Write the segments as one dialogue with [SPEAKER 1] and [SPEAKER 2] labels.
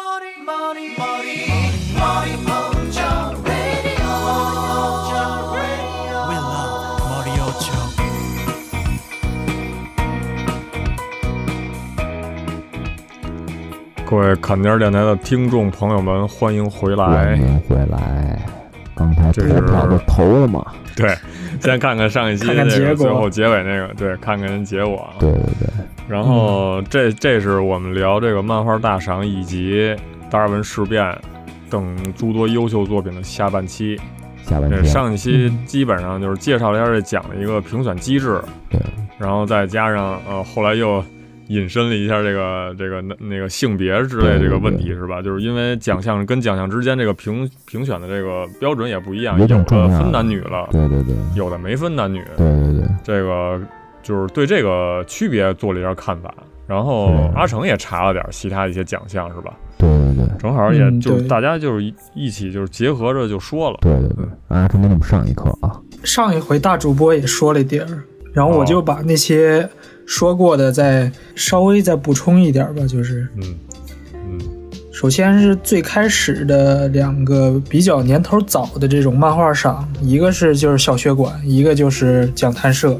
[SPEAKER 1] Money, money, money, Mojo Radio. Mojo Radio. We love Mario Joe.
[SPEAKER 2] 各位坎迪尔电台的听众朋友们，欢迎回
[SPEAKER 3] 欢
[SPEAKER 2] 来。
[SPEAKER 3] 迎回来。刚才
[SPEAKER 2] 这
[SPEAKER 3] 投
[SPEAKER 2] 是
[SPEAKER 3] 票都投了嘛？
[SPEAKER 2] 对，先看看上一期
[SPEAKER 4] 看看
[SPEAKER 2] 那
[SPEAKER 4] 结
[SPEAKER 2] 个
[SPEAKER 4] 果
[SPEAKER 2] 最后结尾那个，对，看看结果啊。
[SPEAKER 3] 对对对，
[SPEAKER 2] 然后这
[SPEAKER 4] 嗯
[SPEAKER 2] 这是我们聊这个漫画大赏以及达尔文事变等诸多优秀作品的下半期。
[SPEAKER 3] 下半
[SPEAKER 2] 这
[SPEAKER 3] 天
[SPEAKER 2] 上一期
[SPEAKER 4] 嗯
[SPEAKER 2] 基本上就是介绍了一下这奖的一个评选机制，
[SPEAKER 3] 对，
[SPEAKER 2] 然后再加上呃后来又引申了一下这个这个那那个性别之类这个问题
[SPEAKER 3] 对
[SPEAKER 2] 是吧？就是因为奖项跟奖项之间这个评评选的这个标准也不一样，
[SPEAKER 3] 也
[SPEAKER 2] 有
[SPEAKER 3] 挺
[SPEAKER 2] 的
[SPEAKER 3] 重要的
[SPEAKER 2] 分男女了，
[SPEAKER 3] 对对对
[SPEAKER 2] 有的没分男女，
[SPEAKER 3] 对对对，
[SPEAKER 2] 这个就是对这个区别做了一下看法。然后
[SPEAKER 3] 是
[SPEAKER 2] 阿成也查了点其他一些奖项是吧？
[SPEAKER 3] 对对对
[SPEAKER 2] 正好也
[SPEAKER 4] 嗯
[SPEAKER 2] 就是
[SPEAKER 4] 对
[SPEAKER 2] 大家就是一一起就是结合着就说了，
[SPEAKER 3] 对对对，啊，这没你们上一课啊，
[SPEAKER 4] 上一回大主播也说了一点儿，然后
[SPEAKER 2] 哦
[SPEAKER 4] 我就把那些说过的再稍微再补充一点儿吧。就是
[SPEAKER 2] 嗯嗯
[SPEAKER 4] 首先是最开始的两个比较年头早的这种漫画赏，一个是就是小学馆，一个就是讲谈社，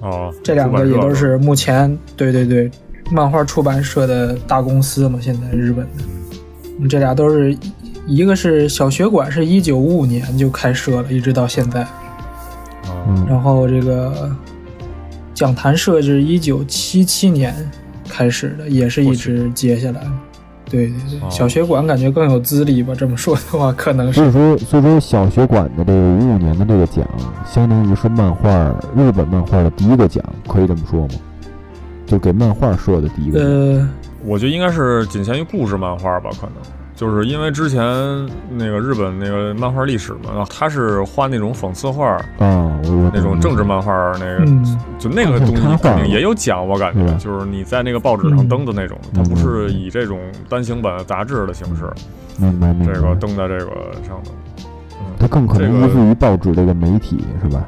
[SPEAKER 2] 哦，
[SPEAKER 4] 这两个也
[SPEAKER 2] 出版社
[SPEAKER 4] 都是目前对对对漫画出版社的大公司嘛，现在日本的，嗯这俩都是一个是小学馆是一九五五年就开设了，一直到现在。
[SPEAKER 2] 哦
[SPEAKER 3] 嗯，
[SPEAKER 4] 然后这个讲坛社是一九七七年开始的，也是一直接下来。对对对，
[SPEAKER 2] 哦
[SPEAKER 4] 小学馆感觉更有资历吧？这么说的话，可能
[SPEAKER 3] 所
[SPEAKER 4] 是
[SPEAKER 3] 以说所以说小学馆的这个五五年的这个奖，相当于是漫画日本漫画的第一个奖，可以这么说吗？就给漫画社的第一个奖，
[SPEAKER 4] 呃，
[SPEAKER 2] 我觉得应该是仅限于故事漫画吧，可能就是因为之前那个日本那个漫画历史嘛，然后他是画那种讽刺画，
[SPEAKER 3] 啊，我我
[SPEAKER 2] 那种政治漫画，那个、
[SPEAKER 4] 嗯
[SPEAKER 2] 就那个东西肯定也有奖，我感觉
[SPEAKER 3] 嗯
[SPEAKER 2] 就是你在那个报纸上登的那种，它
[SPEAKER 3] 嗯
[SPEAKER 2] 不是以这种单行本杂志的形式，
[SPEAKER 3] 明白明
[SPEAKER 2] 这个
[SPEAKER 3] 白，
[SPEAKER 2] 登在这个上头。
[SPEAKER 3] 它更可
[SPEAKER 2] 这个
[SPEAKER 3] 能依附于报纸这个媒体是吧？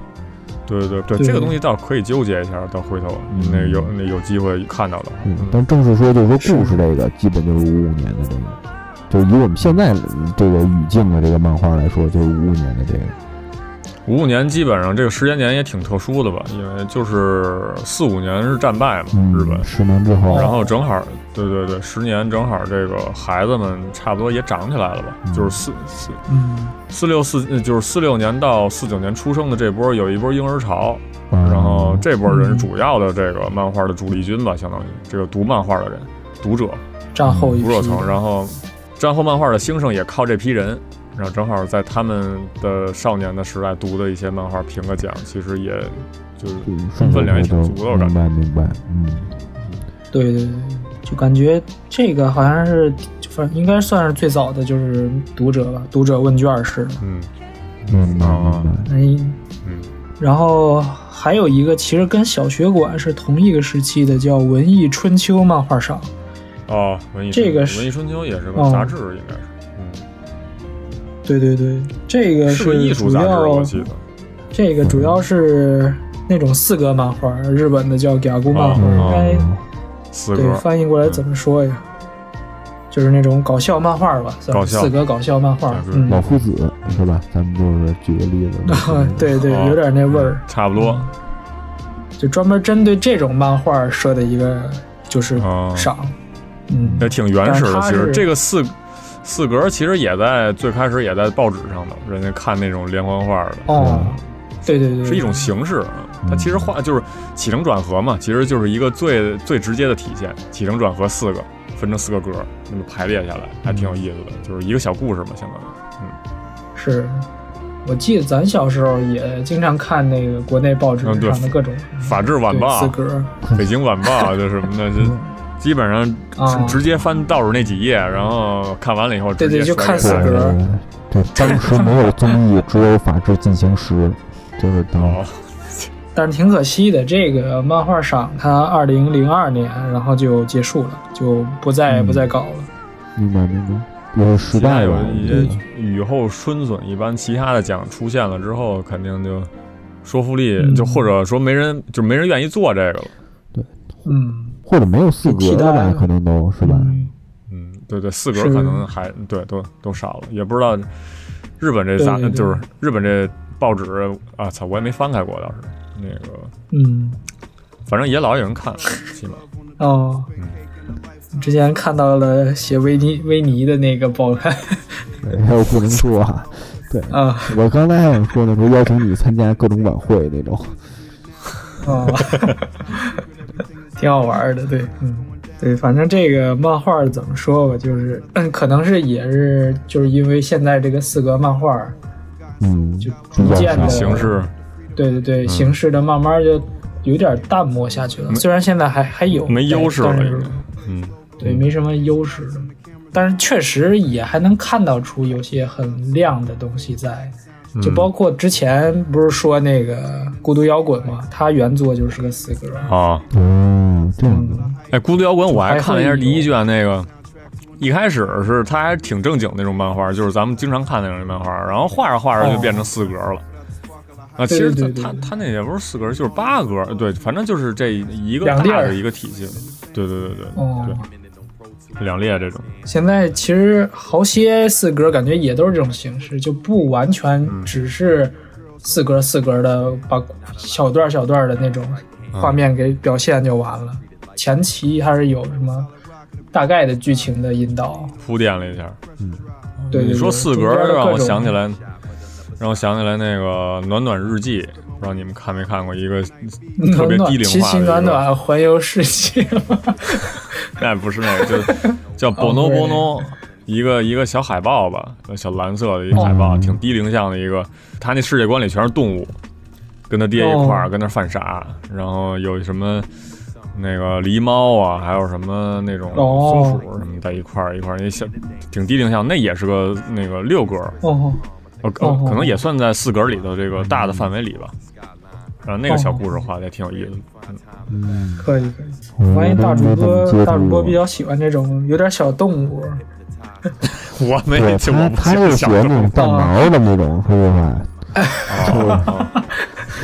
[SPEAKER 2] 对对对，
[SPEAKER 4] 对
[SPEAKER 2] 这个东西倒是可以纠结一下，到回头
[SPEAKER 3] 嗯
[SPEAKER 2] 那有那有机会看到的话，
[SPEAKER 3] 嗯
[SPEAKER 2] 嗯，
[SPEAKER 3] 但正式说，就是说故事这个，基本就是五五年的这个，就是以我们现在嗯这个语境的这个漫画来说，就是五五年的这个。
[SPEAKER 2] 五五年基本上这个时间点也挺特殊的吧，因为就是四五年是战败嘛，
[SPEAKER 3] 嗯，
[SPEAKER 2] 日本。
[SPEAKER 3] 十年之后，
[SPEAKER 2] 然后正好，对对对，十年正好，这个孩子们差不多也长起来了吧？
[SPEAKER 3] 嗯
[SPEAKER 2] 就是四四
[SPEAKER 4] 嗯，
[SPEAKER 2] 四六四，呃就是四六年到四九年出生的这波有一波婴儿潮，
[SPEAKER 3] 嗯，
[SPEAKER 2] 然后这波人是主要的这个漫画的主力军吧，相当于这个读漫画的人，读者
[SPEAKER 4] 战后一
[SPEAKER 2] 读
[SPEAKER 4] 批
[SPEAKER 2] 者层，嗯然后战后漫画的兴盛也靠这批人，然后正好在他们的少年的时代读的一些漫画评个奖，其实也就是
[SPEAKER 3] 嗯顺手
[SPEAKER 2] 分量也挺
[SPEAKER 3] 就
[SPEAKER 2] 足的我感
[SPEAKER 3] 明
[SPEAKER 2] 觉
[SPEAKER 3] 白明白，嗯，
[SPEAKER 4] 对对对，就感觉这个好像是，反正应该算是最早的就是读者吧，读者问卷式的。
[SPEAKER 2] 嗯
[SPEAKER 3] 明白
[SPEAKER 2] 啊
[SPEAKER 3] 明白，
[SPEAKER 4] 嗯
[SPEAKER 2] 嗯，
[SPEAKER 4] 然后还有一个其实跟小学馆是同一个时期的，叫文艺春秋漫画赏。
[SPEAKER 2] 哦，文艺
[SPEAKER 4] 这
[SPEAKER 2] 春
[SPEAKER 4] 个是
[SPEAKER 2] 文艺春秋也是个
[SPEAKER 4] 哦
[SPEAKER 2] 杂志，应该是。嗯，
[SPEAKER 4] 对对对，这个
[SPEAKER 2] 是个艺术
[SPEAKER 4] 主
[SPEAKER 2] 杂志，我
[SPEAKER 4] 要
[SPEAKER 2] 记得。
[SPEAKER 4] 这个主要是那种四格漫画，日本的叫 g a g u 漫画，
[SPEAKER 2] 哦
[SPEAKER 4] 应该、
[SPEAKER 3] 嗯
[SPEAKER 2] 四
[SPEAKER 4] 对
[SPEAKER 2] 格，
[SPEAKER 4] 翻译过来怎么说呀？就是那种搞笑漫画吧，算
[SPEAKER 2] 搞
[SPEAKER 4] 是
[SPEAKER 2] 笑
[SPEAKER 4] 四格搞笑漫画
[SPEAKER 2] 对。
[SPEAKER 4] 嗯， 嗯
[SPEAKER 3] 老夫子是吧？咱们就是举个例子，
[SPEAKER 4] 啊对对，
[SPEAKER 2] 哦
[SPEAKER 4] 有点那味儿，嗯
[SPEAKER 2] 差不多。
[SPEAKER 4] 就专门针对这种漫画设的一个就是
[SPEAKER 2] 哦
[SPEAKER 4] 赏。嗯，
[SPEAKER 2] 也挺原始的。
[SPEAKER 4] 但
[SPEAKER 2] 其
[SPEAKER 4] 是它
[SPEAKER 2] 实
[SPEAKER 4] 是
[SPEAKER 2] 这个四四格其实也在最开始也在报纸上的，人家看那种连环画的，
[SPEAKER 4] 哦，对对对，
[SPEAKER 2] 是一种形式。啊它
[SPEAKER 4] 嗯
[SPEAKER 2] 其实画就是起承转合嘛，其实就是一个最最直接的体现。起承转合四个，分成四个格，那么排列下来，还挺有意思的，就是一个小故事嘛，相当于。
[SPEAKER 4] 是。我记得咱小时候也经常看那个国内报纸
[SPEAKER 2] 嗯对
[SPEAKER 4] 上的各种
[SPEAKER 2] 《法制晚报
[SPEAKER 4] 对四》格，嗯
[SPEAKER 2] 《北京晚报》 这什么的，就基本上
[SPEAKER 4] 啊
[SPEAKER 2] 直直接翻倒数那几页，然后看完了以后直
[SPEAKER 4] 对对
[SPEAKER 2] 接
[SPEAKER 4] 就
[SPEAKER 2] 甩
[SPEAKER 4] 看
[SPEAKER 2] 给
[SPEAKER 4] 四
[SPEAKER 2] 孩
[SPEAKER 4] 格
[SPEAKER 2] 子
[SPEAKER 3] 对，对，当时没有综艺，只有法制进行时，就是当
[SPEAKER 2] 哦，
[SPEAKER 4] 但是挺可惜的，这个漫画赏它二零零二年，然后就结束了，就不再、
[SPEAKER 3] 嗯
[SPEAKER 4] 不再搞了。
[SPEAKER 3] 明白明白，也是失
[SPEAKER 2] 其他
[SPEAKER 3] 败
[SPEAKER 2] 有
[SPEAKER 3] 吧？
[SPEAKER 2] 一
[SPEAKER 3] 对
[SPEAKER 2] 些雨后春笋，一般其他的奖出现了之后，肯定就说服力，
[SPEAKER 4] 嗯
[SPEAKER 2] 就或者说没人，就没人愿意做这个了。
[SPEAKER 4] 嗯，
[SPEAKER 3] 或者没有四格
[SPEAKER 4] 替代
[SPEAKER 3] 吧，
[SPEAKER 4] 了
[SPEAKER 3] 可能都是吧？
[SPEAKER 2] 嗯，对对，四格
[SPEAKER 4] 是
[SPEAKER 2] 可能还对都都少了，也不知道日本这杂
[SPEAKER 4] 对对对
[SPEAKER 2] 就是日本这报纸啊，操，我也没翻开过倒是那个，
[SPEAKER 4] 嗯，
[SPEAKER 2] 反正也老有人看，起码
[SPEAKER 4] 哦，之前看到了写维尼维尼的那个报刊
[SPEAKER 3] 还有不能说 啊。对，
[SPEAKER 4] 啊
[SPEAKER 3] 我刚才还想说呢，说邀请你参加各种晚会那种。
[SPEAKER 4] 哦， 挺好玩的，对，嗯。对，反正这个漫画怎么说吧，就是、嗯可能是也是就是因为现在这个四格漫画，
[SPEAKER 3] 嗯，
[SPEAKER 4] 就
[SPEAKER 3] 比
[SPEAKER 4] 逐
[SPEAKER 3] 较
[SPEAKER 4] 渐
[SPEAKER 3] 少
[SPEAKER 4] 的
[SPEAKER 2] 形式
[SPEAKER 4] 对对
[SPEAKER 2] 嗯
[SPEAKER 4] 对，形式的慢慢就有点淡漠下去了。虽然现在还还有
[SPEAKER 2] 没优势了
[SPEAKER 4] 但
[SPEAKER 2] 已
[SPEAKER 4] 是
[SPEAKER 2] 经，嗯，
[SPEAKER 4] 对，没什么优势了。但是确实也还能看到出有些很亮的东西在，
[SPEAKER 2] 嗯
[SPEAKER 4] 就包括之前不是说那个《孤独摇滚》嘛，它原作就是个死歌，
[SPEAKER 2] 啊，
[SPEAKER 3] 哦，这
[SPEAKER 4] 嗯
[SPEAKER 3] 样的，
[SPEAKER 2] 哎，孤独摇滚我还
[SPEAKER 4] 还
[SPEAKER 2] 看了一
[SPEAKER 4] 会
[SPEAKER 2] 下第一
[SPEAKER 4] 有
[SPEAKER 2] 卷那个，一开始是它还挺正经那种漫画，就是咱们经常看那种漫画，然后画着画着就
[SPEAKER 4] 哦
[SPEAKER 2] 变成四格了。啊，其
[SPEAKER 4] 对
[SPEAKER 2] 实
[SPEAKER 4] 对对
[SPEAKER 2] 它它
[SPEAKER 4] 对
[SPEAKER 2] 它那也不是四格，就是八格，对，反正就是这一个
[SPEAKER 4] 两列
[SPEAKER 2] 大
[SPEAKER 4] 儿
[SPEAKER 2] 的一个体系。对对对对
[SPEAKER 4] 哦
[SPEAKER 2] 对，两列这种，
[SPEAKER 4] 现在其实好些四格感觉也都是这种形式，就不完全只是四格四格的把小段小段的那种画面给表现就完了，前期还是有什么大概的剧情的引导。
[SPEAKER 2] 铺垫了一下。
[SPEAKER 4] 对对对
[SPEAKER 2] 你说四格
[SPEAKER 4] 中间的
[SPEAKER 2] 让
[SPEAKER 4] 各
[SPEAKER 2] 我
[SPEAKER 4] 种
[SPEAKER 2] 想起来，让我想起来那个《暖暖日记》，不知道你们看没看过一个特别
[SPEAKER 4] 暖暖
[SPEAKER 2] 低龄
[SPEAKER 4] 奇
[SPEAKER 2] 化
[SPEAKER 4] 奇
[SPEAKER 2] 的一
[SPEAKER 4] 暖啊
[SPEAKER 2] 个。
[SPEAKER 4] 暖环游世界，
[SPEAKER 2] 那不是那个，就叫 Bono
[SPEAKER 4] 不是
[SPEAKER 2] Bono，一个一个小海报吧，小蓝色的一个海
[SPEAKER 4] 哦
[SPEAKER 2] 报，挺低龄向的一个。他那世界观里全是动物，跟他爹一块儿
[SPEAKER 4] 哦
[SPEAKER 2] 跟那儿犯傻，然后有什么那个狸猫啊，还有什么那种松
[SPEAKER 4] 哦
[SPEAKER 2] 鼠什么在一块儿一块儿，那小挺低龄向，那也是个那个六格，
[SPEAKER 4] 哦，
[SPEAKER 2] 呃，
[SPEAKER 4] 哦
[SPEAKER 2] 可可能也算在四格里头这个大的范围里吧。然后那个小故事画的也挺有意思的，
[SPEAKER 3] 嗯，
[SPEAKER 4] 可以可以。
[SPEAKER 3] 我
[SPEAKER 4] 万一大主
[SPEAKER 3] 没怎么接
[SPEAKER 4] 播
[SPEAKER 3] 触
[SPEAKER 4] 大主播
[SPEAKER 3] 过
[SPEAKER 4] 比较喜欢这种有点小动物，
[SPEAKER 2] 我没
[SPEAKER 3] 对
[SPEAKER 2] 听我
[SPEAKER 3] 他
[SPEAKER 2] 不
[SPEAKER 3] 他
[SPEAKER 2] 喜
[SPEAKER 3] 就
[SPEAKER 2] 欢
[SPEAKER 3] 喜
[SPEAKER 2] 小
[SPEAKER 3] 欢
[SPEAKER 2] 时
[SPEAKER 3] 那
[SPEAKER 2] 候
[SPEAKER 3] 种带
[SPEAKER 4] 啊
[SPEAKER 3] 毛的那种，说实话，
[SPEAKER 2] 啊啊
[SPEAKER 4] 哦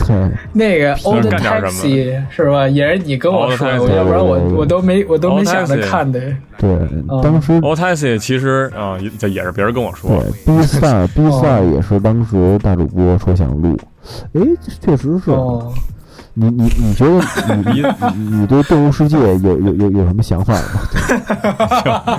[SPEAKER 3] 对，
[SPEAKER 4] 那个
[SPEAKER 2] 能
[SPEAKER 4] Old
[SPEAKER 2] 干点什
[SPEAKER 4] Taxi 是吧？也是你跟我
[SPEAKER 2] Old
[SPEAKER 4] 说
[SPEAKER 2] Taxi 嗯
[SPEAKER 4] 的，要不然我
[SPEAKER 3] 对对对
[SPEAKER 4] 我都没我都没
[SPEAKER 2] Old
[SPEAKER 4] 想着
[SPEAKER 2] Taxi
[SPEAKER 4] 看的。哦
[SPEAKER 3] 对，当时
[SPEAKER 2] o t a s i 其实啊，也这也是别人跟我说
[SPEAKER 3] 对
[SPEAKER 2] 的，
[SPEAKER 3] ，B 赛 B
[SPEAKER 4] 哦
[SPEAKER 3] 赛也是当时大主播说想录，哎，确实
[SPEAKER 2] 嗯
[SPEAKER 3] 是。
[SPEAKER 4] 哦，
[SPEAKER 3] 你你你觉得你你你对动物世界有有有有什么想法吗？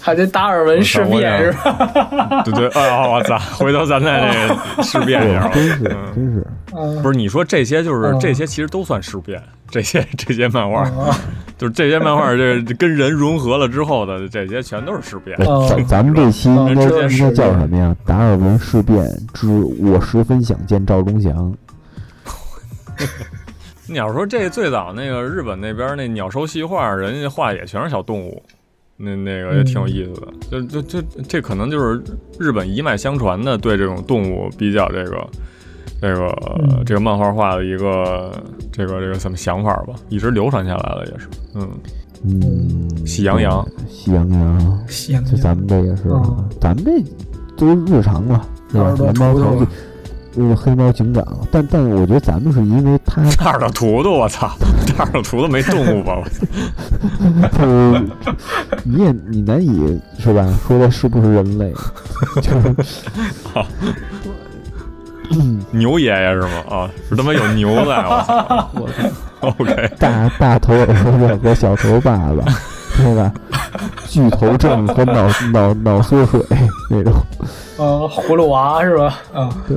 [SPEAKER 4] 还得达尔文事
[SPEAKER 2] 我
[SPEAKER 4] 变
[SPEAKER 2] 也
[SPEAKER 4] 是吧？
[SPEAKER 2] 对对，啊，我操！回头咱在这个事变
[SPEAKER 3] 对
[SPEAKER 2] 上，
[SPEAKER 3] 哦真是
[SPEAKER 2] 嗯
[SPEAKER 3] 真是，
[SPEAKER 4] 嗯
[SPEAKER 2] 不是你说这些，就是
[SPEAKER 4] 嗯
[SPEAKER 2] 这些，其实都算事变，这些这些漫画，
[SPEAKER 4] 哦
[SPEAKER 2] 就是这些漫画，这这跟人融合了之后的这些，全都是事变。
[SPEAKER 4] 哦
[SPEAKER 3] 咱咱们这期应
[SPEAKER 2] 嗯
[SPEAKER 3] 该
[SPEAKER 2] 这件
[SPEAKER 3] 应该
[SPEAKER 2] 事
[SPEAKER 3] 叫什么呀？达尔文事变之我十分想见赵忠祥。
[SPEAKER 2] 你要说这最早那个日本那边那鸟兽戏画，人家画也全是小动物，那那个也挺有意思的。就就就这可能就是日本一脉相传的对这种动物比较这个这个、
[SPEAKER 4] 嗯
[SPEAKER 2] 这个漫画画的一个这个这个什么想法吧，一直流传下来了也是。嗯，
[SPEAKER 3] 嗯，
[SPEAKER 2] 喜羊羊
[SPEAKER 3] 对，喜羊羊，
[SPEAKER 4] 行，
[SPEAKER 3] 就咱们这也是啊
[SPEAKER 4] 嗯，
[SPEAKER 3] 咱们这都日常了，对吧
[SPEAKER 4] 耳？朵
[SPEAKER 3] 蓝猫
[SPEAKER 4] 出头
[SPEAKER 3] 头子，
[SPEAKER 4] 了
[SPEAKER 3] 呃，黑猫警长，但但我觉得咱们是因为他
[SPEAKER 2] 大耳朵图图，我操，大耳朵图图没动物吧？我
[SPEAKER 3] 呃，你也你难以是吧？说的是不是人类？ 就是
[SPEAKER 2] 牛爷爷是吗？啊，是他妈有牛在，我操！OK，
[SPEAKER 3] 大大头耳朵子和小头爸 爸，对吧？巨头症和脑脑脑缩水那种，
[SPEAKER 4] 呃，葫芦娃是吧？啊，
[SPEAKER 3] 对，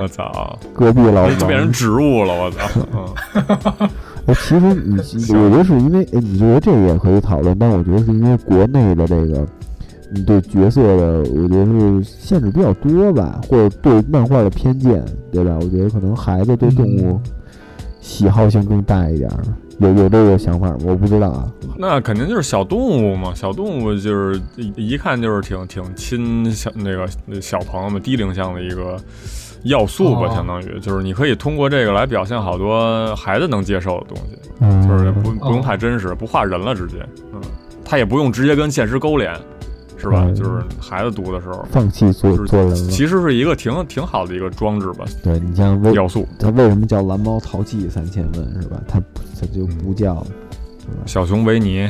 [SPEAKER 2] 我操，
[SPEAKER 3] 隔壁老
[SPEAKER 2] 哎就变成
[SPEAKER 3] 王。
[SPEAKER 2] 植物了，我操！嗯。
[SPEAKER 3] 哎其实你，我觉得是因为，哎你觉得这个也可以讨论，但我觉得是因为国内的这个，你对角色的，我觉得是限制比较多吧，或者对漫画的偏见，对吧？我觉得可能孩子对动物
[SPEAKER 2] 嗯
[SPEAKER 3] 喜好性更大一点儿，有有这个想法吗？我不知道啊。
[SPEAKER 2] 那肯定就是小动物嘛，小动物就是一一看就是挺挺亲小那个小朋友们低龄向的一个要素吧，
[SPEAKER 4] 哦
[SPEAKER 2] 相当于就是你可以通过这个来表现好多孩子能接受的东西，
[SPEAKER 3] 嗯，
[SPEAKER 2] 就是不
[SPEAKER 4] 哦
[SPEAKER 2] 不用太真实，不画人了直接，嗯，他也不用直接跟现实勾连，是吧？
[SPEAKER 3] 嗯
[SPEAKER 2] 就是孩子读的时候，
[SPEAKER 3] 放弃做
[SPEAKER 2] 就是
[SPEAKER 3] 做人了。
[SPEAKER 2] 其实是一个挺挺好的一个装置吧，
[SPEAKER 3] 对你像为
[SPEAKER 2] 要素。
[SPEAKER 3] 它为什么叫蓝猫淘气三千问是吧？它不它就不叫
[SPEAKER 2] 小熊维尼，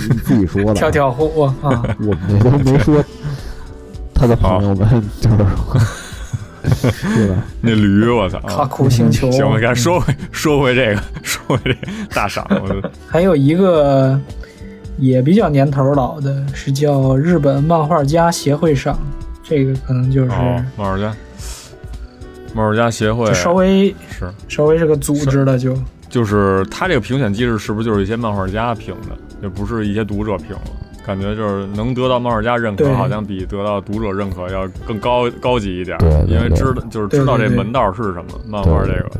[SPEAKER 3] 你自己说的。
[SPEAKER 4] 跳跳虎 啊，
[SPEAKER 3] 我们这都没说他的朋友们，就是说对吧？
[SPEAKER 2] 那驴，我操！啊
[SPEAKER 4] 卡酷星球。
[SPEAKER 2] 行，
[SPEAKER 3] 哦
[SPEAKER 2] 我该说回说回这个， 说回这个大赏，我
[SPEAKER 4] 还有一个也比较年头老的，是叫日本漫画家协会赏，这个可能就是
[SPEAKER 2] 哦，冒手家，冒手家协会
[SPEAKER 4] 就稍微
[SPEAKER 2] 是
[SPEAKER 4] 稍微是个组织了，就
[SPEAKER 2] 就是他这个评选机制是不是就是一些漫画家评的，也不是一些读者评了？感觉就是能得到漫画家认可，
[SPEAKER 4] 对
[SPEAKER 2] 好像比得到读者认可要更高高级一点，
[SPEAKER 3] 对对
[SPEAKER 2] 因为
[SPEAKER 3] 对
[SPEAKER 2] 知道就是
[SPEAKER 4] 对
[SPEAKER 2] 知道这
[SPEAKER 4] 对对
[SPEAKER 2] 门道是什么，漫画这个，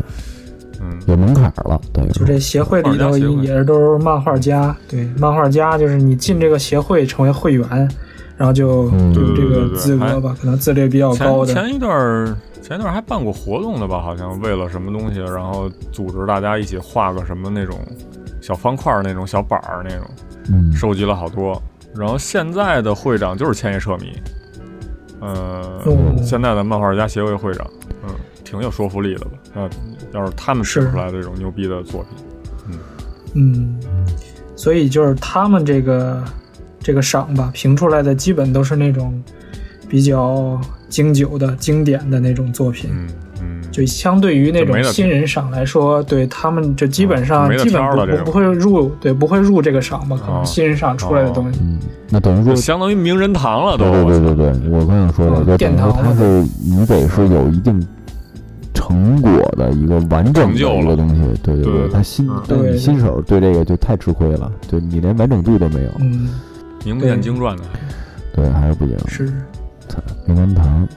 [SPEAKER 2] 嗯，
[SPEAKER 3] 有门槛了，对，
[SPEAKER 4] 就这协会里
[SPEAKER 2] 漫
[SPEAKER 4] 头
[SPEAKER 2] 画家协会
[SPEAKER 4] 也是都是漫画家，对，漫画家就是你进这个协会成为会员，然后就
[SPEAKER 3] 嗯
[SPEAKER 4] 有这
[SPEAKER 2] 对对对
[SPEAKER 4] 个
[SPEAKER 2] 对哎
[SPEAKER 4] 资格吧，可能资历比较高
[SPEAKER 2] 前
[SPEAKER 4] 的，
[SPEAKER 2] 前一段儿前一段儿还办过活动的吧？好像为了什么东西，然后组织大家一起画个什么那种小方块儿那种小板儿那种，
[SPEAKER 3] 嗯，
[SPEAKER 2] 收集了好多。然后现在的会长就是千叶彻弥，呃，
[SPEAKER 4] 哦
[SPEAKER 2] 现在的漫画家协会会长，嗯，挺有说服力的吧？要要是他们写
[SPEAKER 4] 是
[SPEAKER 2] 出来这种牛逼的作品，
[SPEAKER 4] 嗯，所以就是他们这个这个赏吧，评出来的基本都是那种比较经久的、经典的那种作品，
[SPEAKER 2] 嗯嗯，
[SPEAKER 4] 就相对于那
[SPEAKER 2] 就没
[SPEAKER 4] 种
[SPEAKER 2] 得
[SPEAKER 4] 新人赏来说，对他们就基本
[SPEAKER 2] 嗯
[SPEAKER 4] 上
[SPEAKER 2] 没得
[SPEAKER 4] 基本
[SPEAKER 2] 挑了这
[SPEAKER 4] 不
[SPEAKER 2] 种
[SPEAKER 4] 不会入，对不会入这个赏吧？可
[SPEAKER 2] 哦
[SPEAKER 4] 能新人赏出来的东西，
[SPEAKER 3] 嗯，那等于说
[SPEAKER 2] 就相当于名人堂了都。
[SPEAKER 3] 对对对对对，我刚想说的，
[SPEAKER 4] 嗯
[SPEAKER 3] 就等于
[SPEAKER 4] 殿堂
[SPEAKER 3] 说它是你得是有一定成果的一个完整
[SPEAKER 2] 成
[SPEAKER 3] 的
[SPEAKER 2] 就
[SPEAKER 3] 一
[SPEAKER 2] 了
[SPEAKER 3] 个东西，对对
[SPEAKER 2] 对对
[SPEAKER 3] 对，他新
[SPEAKER 2] 嗯，
[SPEAKER 3] 但
[SPEAKER 4] 对
[SPEAKER 3] 你新手对这个就太吃亏了，就你连完整度都没有，
[SPEAKER 4] 嗯，
[SPEAKER 2] 名不见经传的，
[SPEAKER 3] 对，还是不行，
[SPEAKER 4] 是。
[SPEAKER 3] 名人堂，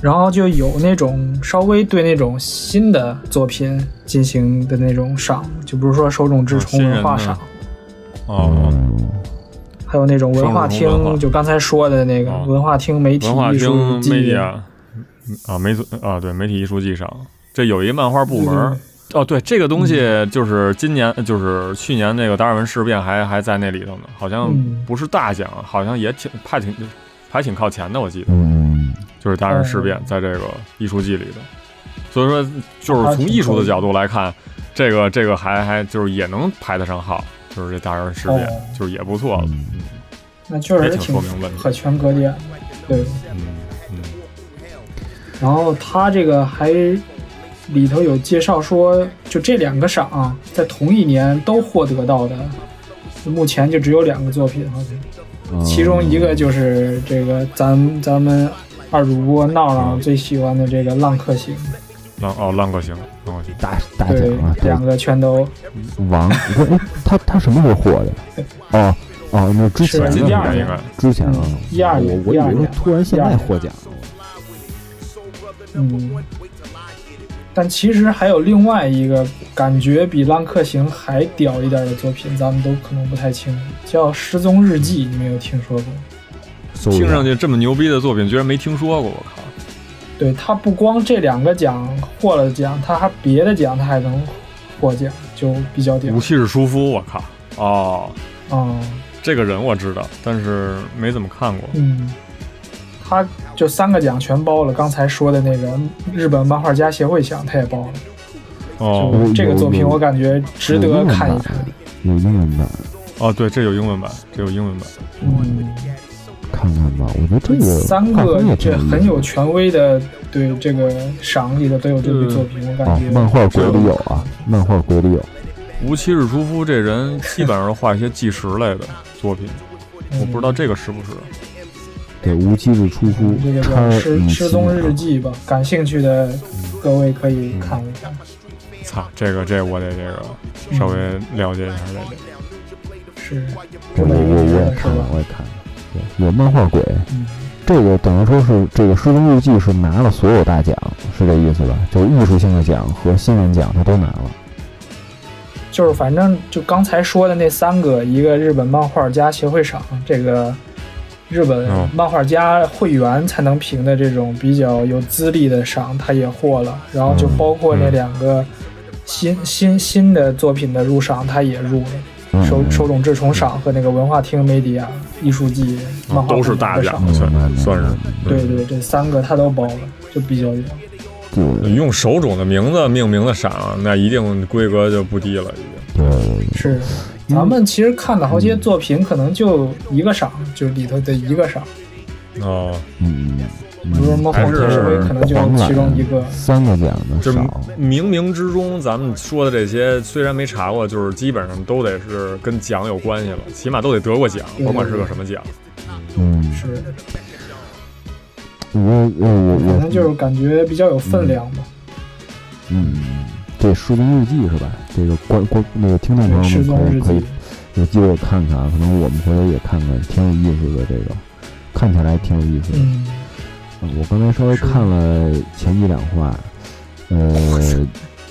[SPEAKER 4] 然后就有那种稍微对那种新的作品进行的那种赏，就比如说手冢治
[SPEAKER 2] 哦
[SPEAKER 4] 虫
[SPEAKER 2] 新人的
[SPEAKER 4] 文化赏，
[SPEAKER 2] 哦，
[SPEAKER 3] 嗯
[SPEAKER 4] 还有那种文
[SPEAKER 2] 手冢
[SPEAKER 4] 化
[SPEAKER 2] 治虫文
[SPEAKER 4] 厅，
[SPEAKER 2] 化
[SPEAKER 4] 就刚才说的那个
[SPEAKER 2] 哦
[SPEAKER 4] 文化厅、媒体
[SPEAKER 2] 文化
[SPEAKER 4] 艺
[SPEAKER 2] 厅
[SPEAKER 4] 术
[SPEAKER 2] 媒体
[SPEAKER 4] 季，
[SPEAKER 2] 啊，啊媒啊对媒体艺术季上，这有一漫画部门
[SPEAKER 4] 嗯
[SPEAKER 2] 儿。哦，对，这个东西就是今年，就是去年那个达尔文事变还还在那里头呢，好像
[SPEAKER 4] 嗯
[SPEAKER 2] 不是大奖，好像也挺怕挺还挺靠前的，我记得
[SPEAKER 3] 嗯，
[SPEAKER 2] 就是达尔文事
[SPEAKER 4] 哦
[SPEAKER 2] 变在这个艺术季里头，所以说就是
[SPEAKER 4] 还
[SPEAKER 2] 从
[SPEAKER 4] 挺
[SPEAKER 2] 艺术
[SPEAKER 4] 靠
[SPEAKER 2] 的
[SPEAKER 4] 前
[SPEAKER 2] 角度来看，这个这个还还就是也能排得上号，就是这达尔文事变、
[SPEAKER 4] 哦
[SPEAKER 2] 就是也不错了，
[SPEAKER 4] 那确
[SPEAKER 2] 也
[SPEAKER 4] 实
[SPEAKER 2] 挺
[SPEAKER 4] 挺
[SPEAKER 2] 说明问题
[SPEAKER 4] 可，圈可点的，对。
[SPEAKER 2] 嗯嗯，
[SPEAKER 4] 然后他这个还里头有介绍说，就这两个赏、啊在同一年都获得到的，目前就只有两个作品，好像
[SPEAKER 3] 嗯
[SPEAKER 4] 其中一个就是这个咱咱们二主播闹闹最喜欢的这个《浪客行》，
[SPEAKER 2] 浪哦浪哥行，浪哥行。
[SPEAKER 3] 大大奖
[SPEAKER 4] 对
[SPEAKER 3] 啊，，
[SPEAKER 4] 两
[SPEAKER 3] 对，
[SPEAKER 4] 个全都
[SPEAKER 3] 王， 你说哎，他他什么时候火 的？哦哦，那之前
[SPEAKER 4] 是
[SPEAKER 2] 今
[SPEAKER 4] 今
[SPEAKER 2] 年
[SPEAKER 4] 年
[SPEAKER 2] 应
[SPEAKER 4] 应
[SPEAKER 2] 该
[SPEAKER 4] 该
[SPEAKER 3] 之前啊，
[SPEAKER 4] 一二
[SPEAKER 3] 我
[SPEAKER 4] 年
[SPEAKER 3] 我以
[SPEAKER 4] 一二
[SPEAKER 3] 为
[SPEAKER 4] 年
[SPEAKER 3] 突然现在获奖了，
[SPEAKER 4] 嗯，但其实还有另外一个感觉比《浪客行》还屌一点的作品，咱们都可能不太清楚，叫《失踪日记》，你们有听说过？
[SPEAKER 3] 搜一
[SPEAKER 2] 听
[SPEAKER 3] 下
[SPEAKER 2] 上去这么牛逼的作品，居然没听说过，我靠！
[SPEAKER 4] 对他不光这两个奖获了奖，他还别的奖他还能获奖，就比较屌
[SPEAKER 2] 武器是舒夫，我靠！哦，
[SPEAKER 4] 啊、
[SPEAKER 2] 这个人我知道，但是没怎么看过。
[SPEAKER 4] 嗯，他就三个奖全包了，刚才说的那个日本漫画家协会奖他也包了，
[SPEAKER 2] 哦
[SPEAKER 4] 这个作品我感觉值得看一看。
[SPEAKER 3] 有英文版，
[SPEAKER 2] 哦，对，这有英文版，这有英文版。
[SPEAKER 4] 嗯，
[SPEAKER 3] 看看吧。我觉得这个
[SPEAKER 4] 三
[SPEAKER 3] 画
[SPEAKER 4] 个
[SPEAKER 3] 风也挺
[SPEAKER 4] 这
[SPEAKER 3] 有意思
[SPEAKER 4] 很有权威的对这个赏里的都有这部作品，我感
[SPEAKER 3] 啊
[SPEAKER 4] 觉，
[SPEAKER 3] 漫画国里有啊，漫画国里有。
[SPEAKER 2] 无期日舒夫这人基本上画一些纪实类的作品，
[SPEAKER 3] 嗯
[SPEAKER 2] 我不知道这个是不是。
[SPEAKER 3] 对，无期日出夫
[SPEAKER 4] 嗯这个叫
[SPEAKER 3] 叉
[SPEAKER 4] 《
[SPEAKER 3] 五
[SPEAKER 4] 失失踪日
[SPEAKER 3] 七
[SPEAKER 4] 记》吧，感兴趣的各位可以看一看。
[SPEAKER 2] 操，这个这我得这个稍微
[SPEAKER 3] 嗯
[SPEAKER 2] 了解一下这个。
[SPEAKER 4] 是，
[SPEAKER 3] 我我我也看了，我也看了。对有漫画鬼，
[SPEAKER 4] 嗯
[SPEAKER 3] 这个等于说是这个《失踪日记》是拿了所有大奖，是这意思吧？就艺术性的奖和新人奖，他都拿了。
[SPEAKER 4] 就是反正就刚才说的那三个，一个日本漫画家协会赏，这个日本
[SPEAKER 2] 嗯
[SPEAKER 4] 漫画家会员才能评的这种比较有资历的赏，他也获了。然后就包括那两个新、新新的作品的入赏，他也入了，
[SPEAKER 3] 嗯，
[SPEAKER 4] 手手冢治虫赏和那个文化厅梅迪亚啊艺术季漫画
[SPEAKER 2] 都是
[SPEAKER 4] 部门
[SPEAKER 2] 大
[SPEAKER 4] 的
[SPEAKER 2] 奖
[SPEAKER 4] 赏
[SPEAKER 2] 嗯算
[SPEAKER 3] 嗯
[SPEAKER 2] 算是
[SPEAKER 4] 对对，这三个他都包了，就比较
[SPEAKER 3] 对
[SPEAKER 2] 用手冢的名字命名的赏，那一定规格就不低了，已经。
[SPEAKER 3] 对对，
[SPEAKER 4] 是咱们其实看的好些作品，可能就一个赏，就是里头的一个赏，
[SPEAKER 2] 哦，
[SPEAKER 3] 嗯，嗯
[SPEAKER 4] 比如说什么
[SPEAKER 2] 还
[SPEAKER 4] 黄铁
[SPEAKER 2] 是
[SPEAKER 4] 水，可能就
[SPEAKER 3] 黄
[SPEAKER 4] 是
[SPEAKER 3] 蓝
[SPEAKER 4] 其中一个。
[SPEAKER 3] 三个奖的
[SPEAKER 2] 这
[SPEAKER 3] 少，
[SPEAKER 2] 冥冥之中，咱们说的这些虽然没查过，就是基本上都得是跟奖有关系了，起码都得得过奖，
[SPEAKER 4] 对
[SPEAKER 2] 甭管是个什么奖。
[SPEAKER 3] 嗯，
[SPEAKER 4] 是，
[SPEAKER 3] 我我我
[SPEAKER 4] 反正
[SPEAKER 3] 我，
[SPEAKER 4] 就是感觉比较有分量吧。
[SPEAKER 3] 嗯，这《失踪日记》是吧？这个观观那个听众
[SPEAKER 4] 对
[SPEAKER 3] 朋
[SPEAKER 4] 失
[SPEAKER 3] 友
[SPEAKER 4] 踪
[SPEAKER 3] 们
[SPEAKER 4] 日
[SPEAKER 3] 嗯可以可以
[SPEAKER 4] 记，
[SPEAKER 3] 有机会看看，啊可能我们回头也看看，挺有意思的这个，看起来挺有意思的。
[SPEAKER 4] 嗯，
[SPEAKER 3] 我刚才稍微看了前一两话，呃，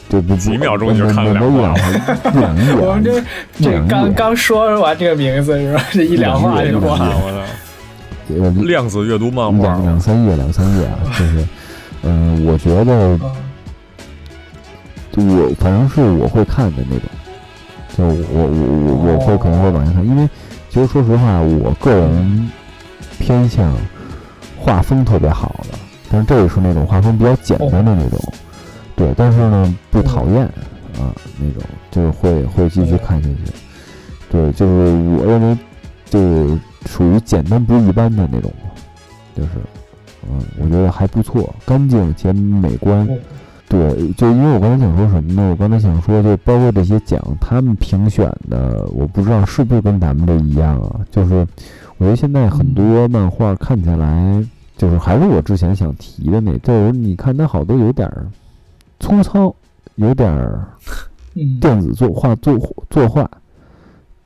[SPEAKER 3] 就不
[SPEAKER 2] 几秒钟就看了两话
[SPEAKER 3] 话，一两一
[SPEAKER 4] 我们这这
[SPEAKER 3] 两
[SPEAKER 4] 刚
[SPEAKER 3] 眼
[SPEAKER 4] 刚说完这个名字是吧？这一两话
[SPEAKER 2] 这
[SPEAKER 4] 就
[SPEAKER 2] 个
[SPEAKER 4] 过
[SPEAKER 2] 吧，
[SPEAKER 4] 了。
[SPEAKER 2] 我操，
[SPEAKER 3] 呃
[SPEAKER 2] 量子阅读漫画
[SPEAKER 3] 两两
[SPEAKER 2] 了，
[SPEAKER 3] 三页，两三页啊，就是，嗯，我觉得
[SPEAKER 4] 嗯
[SPEAKER 3] 就我反正是我会看的那种，就我我我我会可能会往下看，因为其实说实话，我个人偏向画风特别好的，但是这个是那种画风比较简单的那种，对，但是呢不讨厌啊那种，就是会会继续看下去，对，就是我认为就是属于简单不是一般的那种，就是嗯，我觉得还不错，干净且美观。
[SPEAKER 4] 嗯
[SPEAKER 3] 对，就因为我刚才想说什么呢？我刚才想说，就包括这些奖，他们评选的，我不知道是不是跟咱们这一样啊。就是我觉得现在很多漫画看起来，就是还是我之前想提的那，就是你看它好多有点儿粗糙，有点儿
[SPEAKER 4] 嗯，
[SPEAKER 3] 电子作画作作画，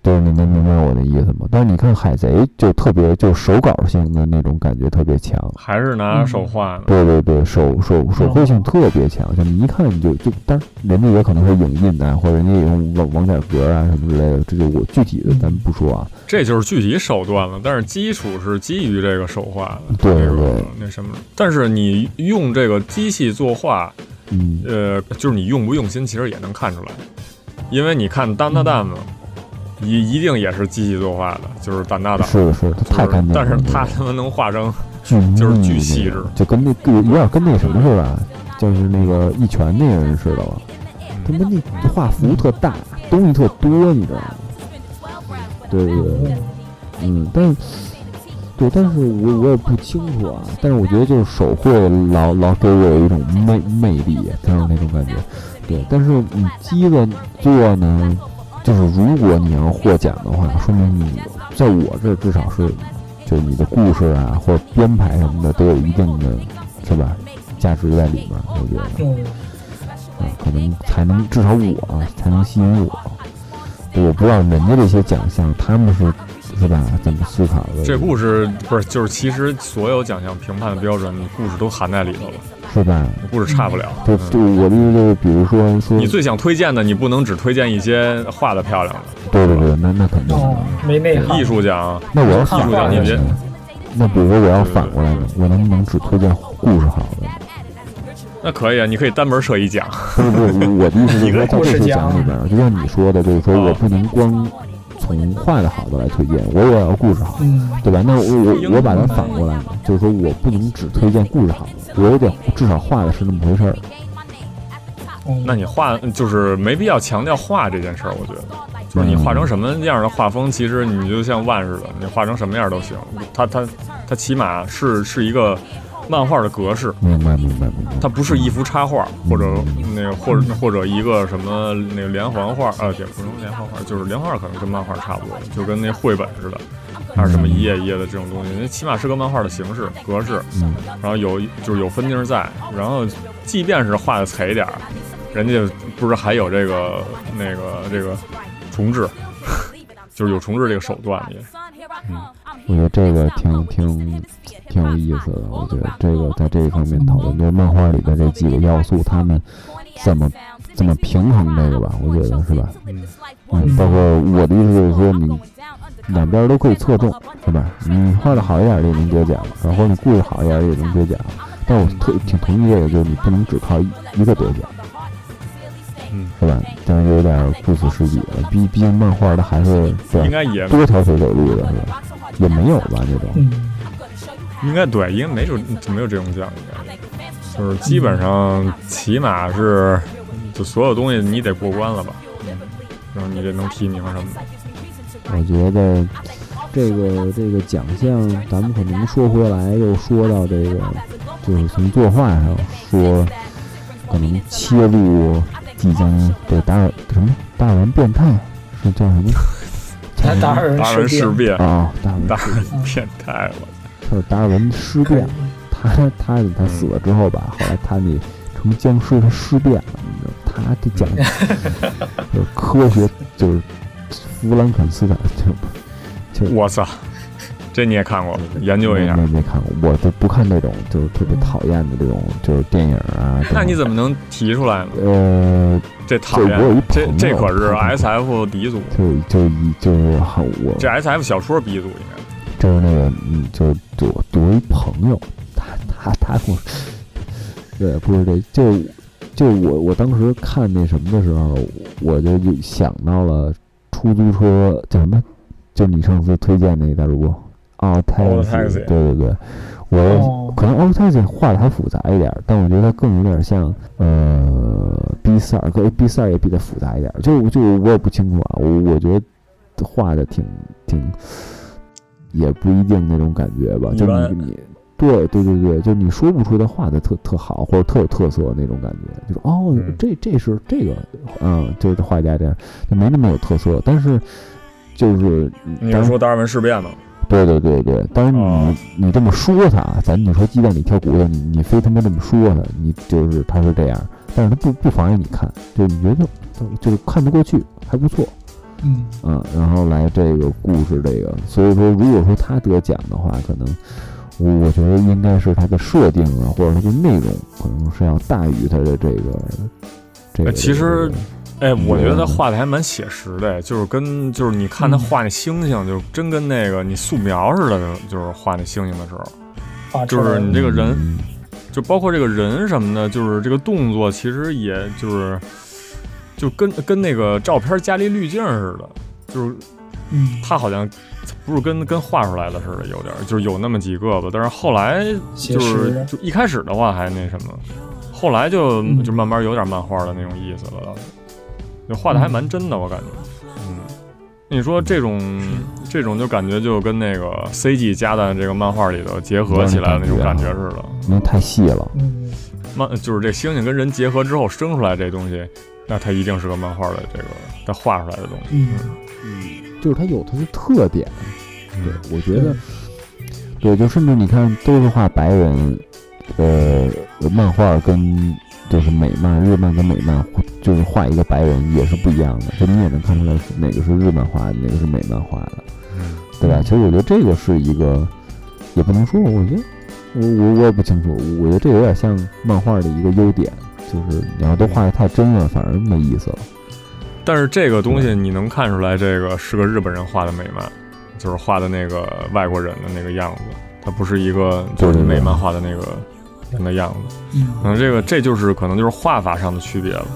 [SPEAKER 3] 对，你能明白我的意思吗？但是你看海贼就特别就手稿性的那种感觉特别强，
[SPEAKER 2] 还是拿手画呢。
[SPEAKER 3] 对对对，手手手
[SPEAKER 2] 嗯
[SPEAKER 3] 绘性特别强，就你一看你就就，当然人家也可能会影印的，或者人家也用网网点格啊什么之类的，这就我具体的咱们不说啊。
[SPEAKER 2] 这就是具体手段了，但是基础是基于这个手画的，
[SPEAKER 3] 对
[SPEAKER 2] 这个
[SPEAKER 3] 对
[SPEAKER 2] 那什么。但是你用这个机器作画，
[SPEAKER 3] 嗯
[SPEAKER 2] 呃，就是你用不用心，其实也能看出来，因为你看丹大蛋嘛，一一定也是机器作画的，就是丹大蛋，
[SPEAKER 3] 嗯是的，是的，
[SPEAKER 2] 就是
[SPEAKER 3] 他太干净了，
[SPEAKER 2] 但是他
[SPEAKER 3] 这
[SPEAKER 2] 他妈能画成，
[SPEAKER 3] 个巨
[SPEAKER 2] 就是
[SPEAKER 3] 腻
[SPEAKER 2] 巨
[SPEAKER 3] 那
[SPEAKER 2] 细
[SPEAKER 3] 个
[SPEAKER 2] 致
[SPEAKER 3] 就跟那个有点跟那什么似的，就是那个一拳那人似的了。他妈那画幅特大，东西特多，你知道吗？对对对，嗯，但是，对，但是我我也不清楚啊。但是我觉得就是手绘老老给我有一种魅魅力，就是那种感觉。对，但是你机子做呢，就是如果你要获奖的话，说明你在我这儿至少是，就是你的故事啊或者编排什么的都有一定的，是吧？价值在里面，我觉得。
[SPEAKER 4] 嗯
[SPEAKER 3] 啊，可能才能至少我啊才能吸引我。对我不知道人家这些奖项他们是是吧怎么思考的？
[SPEAKER 2] 这故事不是就是其实所有奖项评判的标准，故事都含在里头了，
[SPEAKER 3] 是吧？
[SPEAKER 2] 故事差不了。
[SPEAKER 3] 对对，我的意思就是，比如说说，
[SPEAKER 2] 嗯你最想推荐的，你不能只推荐一些画的漂亮的。
[SPEAKER 3] 对对对，那那肯定
[SPEAKER 4] 哦
[SPEAKER 3] 的。，
[SPEAKER 4] 没内涵
[SPEAKER 2] 艺。术奖，
[SPEAKER 3] 那我要
[SPEAKER 4] 看
[SPEAKER 3] 反
[SPEAKER 4] 不
[SPEAKER 3] 过
[SPEAKER 4] 了
[SPEAKER 3] 来
[SPEAKER 2] 你这
[SPEAKER 3] 呢？那比如说我要反过来呢，我能不能只推荐故事好的？
[SPEAKER 2] 那可以啊，你可以单门设一奖。
[SPEAKER 3] 不是不是，我的意思就是说，在这些奖里边，就像你说的，就是说我不能光从画的好的来推荐，我也要故事好。
[SPEAKER 4] 嗯，
[SPEAKER 3] 对吧？那我我我把它反过来了，就是说我不能只推荐故事好，我也得至少画的是那么回事儿。
[SPEAKER 4] 嗯
[SPEAKER 2] 那你画就是没必要强调画这件事儿，我觉得，就是你
[SPEAKER 3] 嗯
[SPEAKER 2] 画成什么样的画风，其实你就像万似的，你画成什么样都行。它它它起码是是一个漫画的格式，
[SPEAKER 3] 明白明白明白。
[SPEAKER 2] 它不是一幅插画或者那个或者或者一个什么那个连环画，呃，也不是连环画，就是连环画可能跟漫画差不多，就跟那绘本似的，还是什么一页一页的这种东西，那起码是个漫画的形式格式，
[SPEAKER 3] 嗯
[SPEAKER 2] 然后有就是有分镜在，然后即便是画的彩一点儿，人家不是还有这个那个这个重置， 就是有重置这个手段也。
[SPEAKER 5] 嗯，
[SPEAKER 3] 我觉得这个挺挺挺有意思的。我觉得这个在这一方面讨论，就是漫画里边这几个要素，他们怎么怎么平衡这个吧？我觉得是吧？
[SPEAKER 2] 嗯
[SPEAKER 3] 嗯，包括我的意思就是说，你两边都可以侧重，是吧？你画的好一点的也能得奖，然后你故事好一点的也能得奖。但我特挺同意这个，就是你不能只靠一一个得奖。
[SPEAKER 2] 嗯，
[SPEAKER 3] 是吧？但是有点顾此失彼了，毕毕竟漫画它还是对
[SPEAKER 2] 应该也
[SPEAKER 3] 多条腿走路的是吧？也没有吧那种，
[SPEAKER 4] 嗯，
[SPEAKER 2] 应该对，应该没有没有这种奖，应该就是基本上起码是就所有东西你得过关了吧，然后你这能提名什么的。
[SPEAKER 3] 我觉得这个这个奖项，咱们可能说回来又说到这个，就是从作画上说，可能切入即将对达尔什么达尔文变态是叫什么？
[SPEAKER 4] 他达尔
[SPEAKER 2] 达
[SPEAKER 4] 文
[SPEAKER 2] 人事
[SPEAKER 4] 变，
[SPEAKER 2] 变，
[SPEAKER 3] 啊，达尔文
[SPEAKER 2] 达人变态了，
[SPEAKER 3] 就是达尔文尸变。他他他死了之后吧，后来他那成僵尸他尸变了，你知道他这讲 就是科学就是弗兰肯斯坦，就
[SPEAKER 2] 我操！这你也看过，研究一
[SPEAKER 3] 没
[SPEAKER 2] 下。
[SPEAKER 3] 没没看过，我都不看那种就是特别讨厌的这种就是电影啊。这种
[SPEAKER 2] 那你怎么能提出来呢？
[SPEAKER 3] 呃，
[SPEAKER 2] 这讨
[SPEAKER 3] 这我有啊一
[SPEAKER 2] 厌，这
[SPEAKER 3] 朋友
[SPEAKER 2] 这可是
[SPEAKER 3] 他
[SPEAKER 2] S F 鼻祖，
[SPEAKER 3] 就就一就是好我
[SPEAKER 2] 这 S F 小说鼻祖应该。
[SPEAKER 3] 就是那个，嗯，就是就我就我一朋友，他他他跟我，对，不是这，就就我我当时看那什么的时候，我就就想到了出租车叫什么，就你上次推荐那个大主播 All
[SPEAKER 2] All
[SPEAKER 3] Taxi，
[SPEAKER 2] Taxi
[SPEAKER 3] 对对对，我、
[SPEAKER 4] 哦
[SPEAKER 3] 可能 All Taxi 画的还复杂一点，但我觉得它更有点像呃 B 四二，可 B 四二也比它复杂一点，就就我也不清楚啊，我我觉得画的挺挺。也不一定那种感觉吧，
[SPEAKER 2] 一
[SPEAKER 3] 就
[SPEAKER 2] 般
[SPEAKER 3] 你你对对对对，就你说不出他画的特特好或者特有特色那种感觉，就是哦
[SPEAKER 2] 嗯，
[SPEAKER 3] 这这是这个，嗯，就是画家这样，就没那么有特色，但是就是
[SPEAKER 2] 你是
[SPEAKER 3] 当然
[SPEAKER 2] 说达尔文事变吗？
[SPEAKER 3] 对对对对，当然你、
[SPEAKER 2] 哦
[SPEAKER 3] 你这么说他，啊咱你说鸡蛋里挑骨头，你你非他妈这么说他，你就是他是这样，但是他不不妨碍你看，就你觉得就就就看得过去，还不错，
[SPEAKER 4] 嗯，
[SPEAKER 3] 嗯，然后来这个故事这个，所以说如果说他得奖的话，可能我我觉得应该是他的设定啊，或者他的内容，可能是要大于他的这个这个。
[SPEAKER 2] 呃其实
[SPEAKER 3] 这个
[SPEAKER 2] 哎，我觉得他
[SPEAKER 3] 嗯
[SPEAKER 2] 画的还蛮写实的，就是跟就是你看他画那星星，就真跟那个你素描似的，就是画那星星的时候，
[SPEAKER 4] 画出
[SPEAKER 2] 就
[SPEAKER 4] 来
[SPEAKER 2] 是
[SPEAKER 4] 了
[SPEAKER 2] 你这个人，
[SPEAKER 3] 嗯
[SPEAKER 2] 就包括这个人什么的，就是这个动作，其实也就是就跟跟那个照片加了一滤镜似的，就是
[SPEAKER 4] 嗯，
[SPEAKER 2] 他好像不是跟跟画出来的似的，有点儿就是有那么几个吧，但是后来
[SPEAKER 4] 写
[SPEAKER 2] 就
[SPEAKER 4] 实
[SPEAKER 2] 是
[SPEAKER 4] 的，
[SPEAKER 2] 就一开始的话还那什么，后来就
[SPEAKER 4] 嗯
[SPEAKER 2] 就慢慢有点漫画的那种意思了，倒是，就画的还蛮真的，我感觉，嗯，你说这种这种就感觉就跟那个 CG 加在这个漫画里头结合起来的那种感觉似
[SPEAKER 4] 啊
[SPEAKER 2] 的，
[SPEAKER 3] 因为太细了，
[SPEAKER 4] 嗯，
[SPEAKER 2] 漫就是这猩猩跟人结合之后生出来这东西，那它一定是个漫画的这个它画出来的东西，
[SPEAKER 4] 嗯，
[SPEAKER 3] 就是他有他的特点。
[SPEAKER 2] 嗯
[SPEAKER 3] 对，我觉得，对，就甚至你看，都是画白人，呃，漫画跟就是美漫、日漫跟美漫，就是画一个白人也是不一样的，就你也能看出来是哪个是日漫画的，哪个是美漫画的。
[SPEAKER 2] 嗯
[SPEAKER 3] 对吧？其实我觉得这个是一个，也不能说，我觉得我我我也不清楚，我觉得这有点像漫画的一个优点，就是你要都画的太真了，反而没意思了。
[SPEAKER 2] 但是这个东西你能看出来，这个是个日本人画的美漫，就是画的那个外国人的那个样子，它不是一个就是美漫画的那个人的样子。
[SPEAKER 4] 嗯
[SPEAKER 2] 可能这个这就是可能就是画法上的区别了，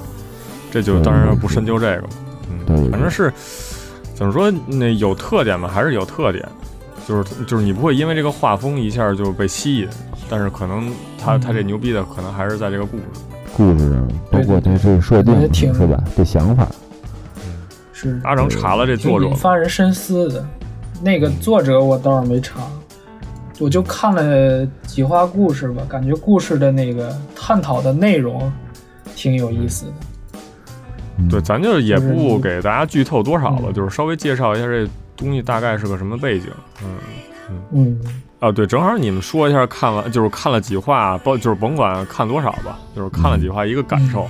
[SPEAKER 2] 这就当然不深究这个了。
[SPEAKER 3] 对对
[SPEAKER 2] 嗯，反正是怎么说那有特点吧，还是有特点。就是就是你不会因为这个画风一下就被吸引，但是可能他他这牛逼的可能还是在这个故事。
[SPEAKER 3] 故事上，包括这这个设
[SPEAKER 4] 对对
[SPEAKER 3] 定
[SPEAKER 4] 对挺
[SPEAKER 3] 是吧？这想法，
[SPEAKER 4] 是
[SPEAKER 2] 阿成查了这作者
[SPEAKER 4] 引，发人深思的。那个作者我倒是没查，我就看了几话故事吧，感觉故事的那个探讨的内容挺有意思的。
[SPEAKER 3] 嗯
[SPEAKER 2] 对，咱就也
[SPEAKER 4] 就是
[SPEAKER 2] 不
[SPEAKER 4] 你
[SPEAKER 2] 给大家剧透多少了，
[SPEAKER 4] 嗯
[SPEAKER 2] 就是稍微介绍一下这东西大概是个什么背景。嗯，
[SPEAKER 4] 嗯，
[SPEAKER 2] 啊，对，正好你们说一下看完就是看了几话，包就是甭管看多少吧，就是看了几话一个感受，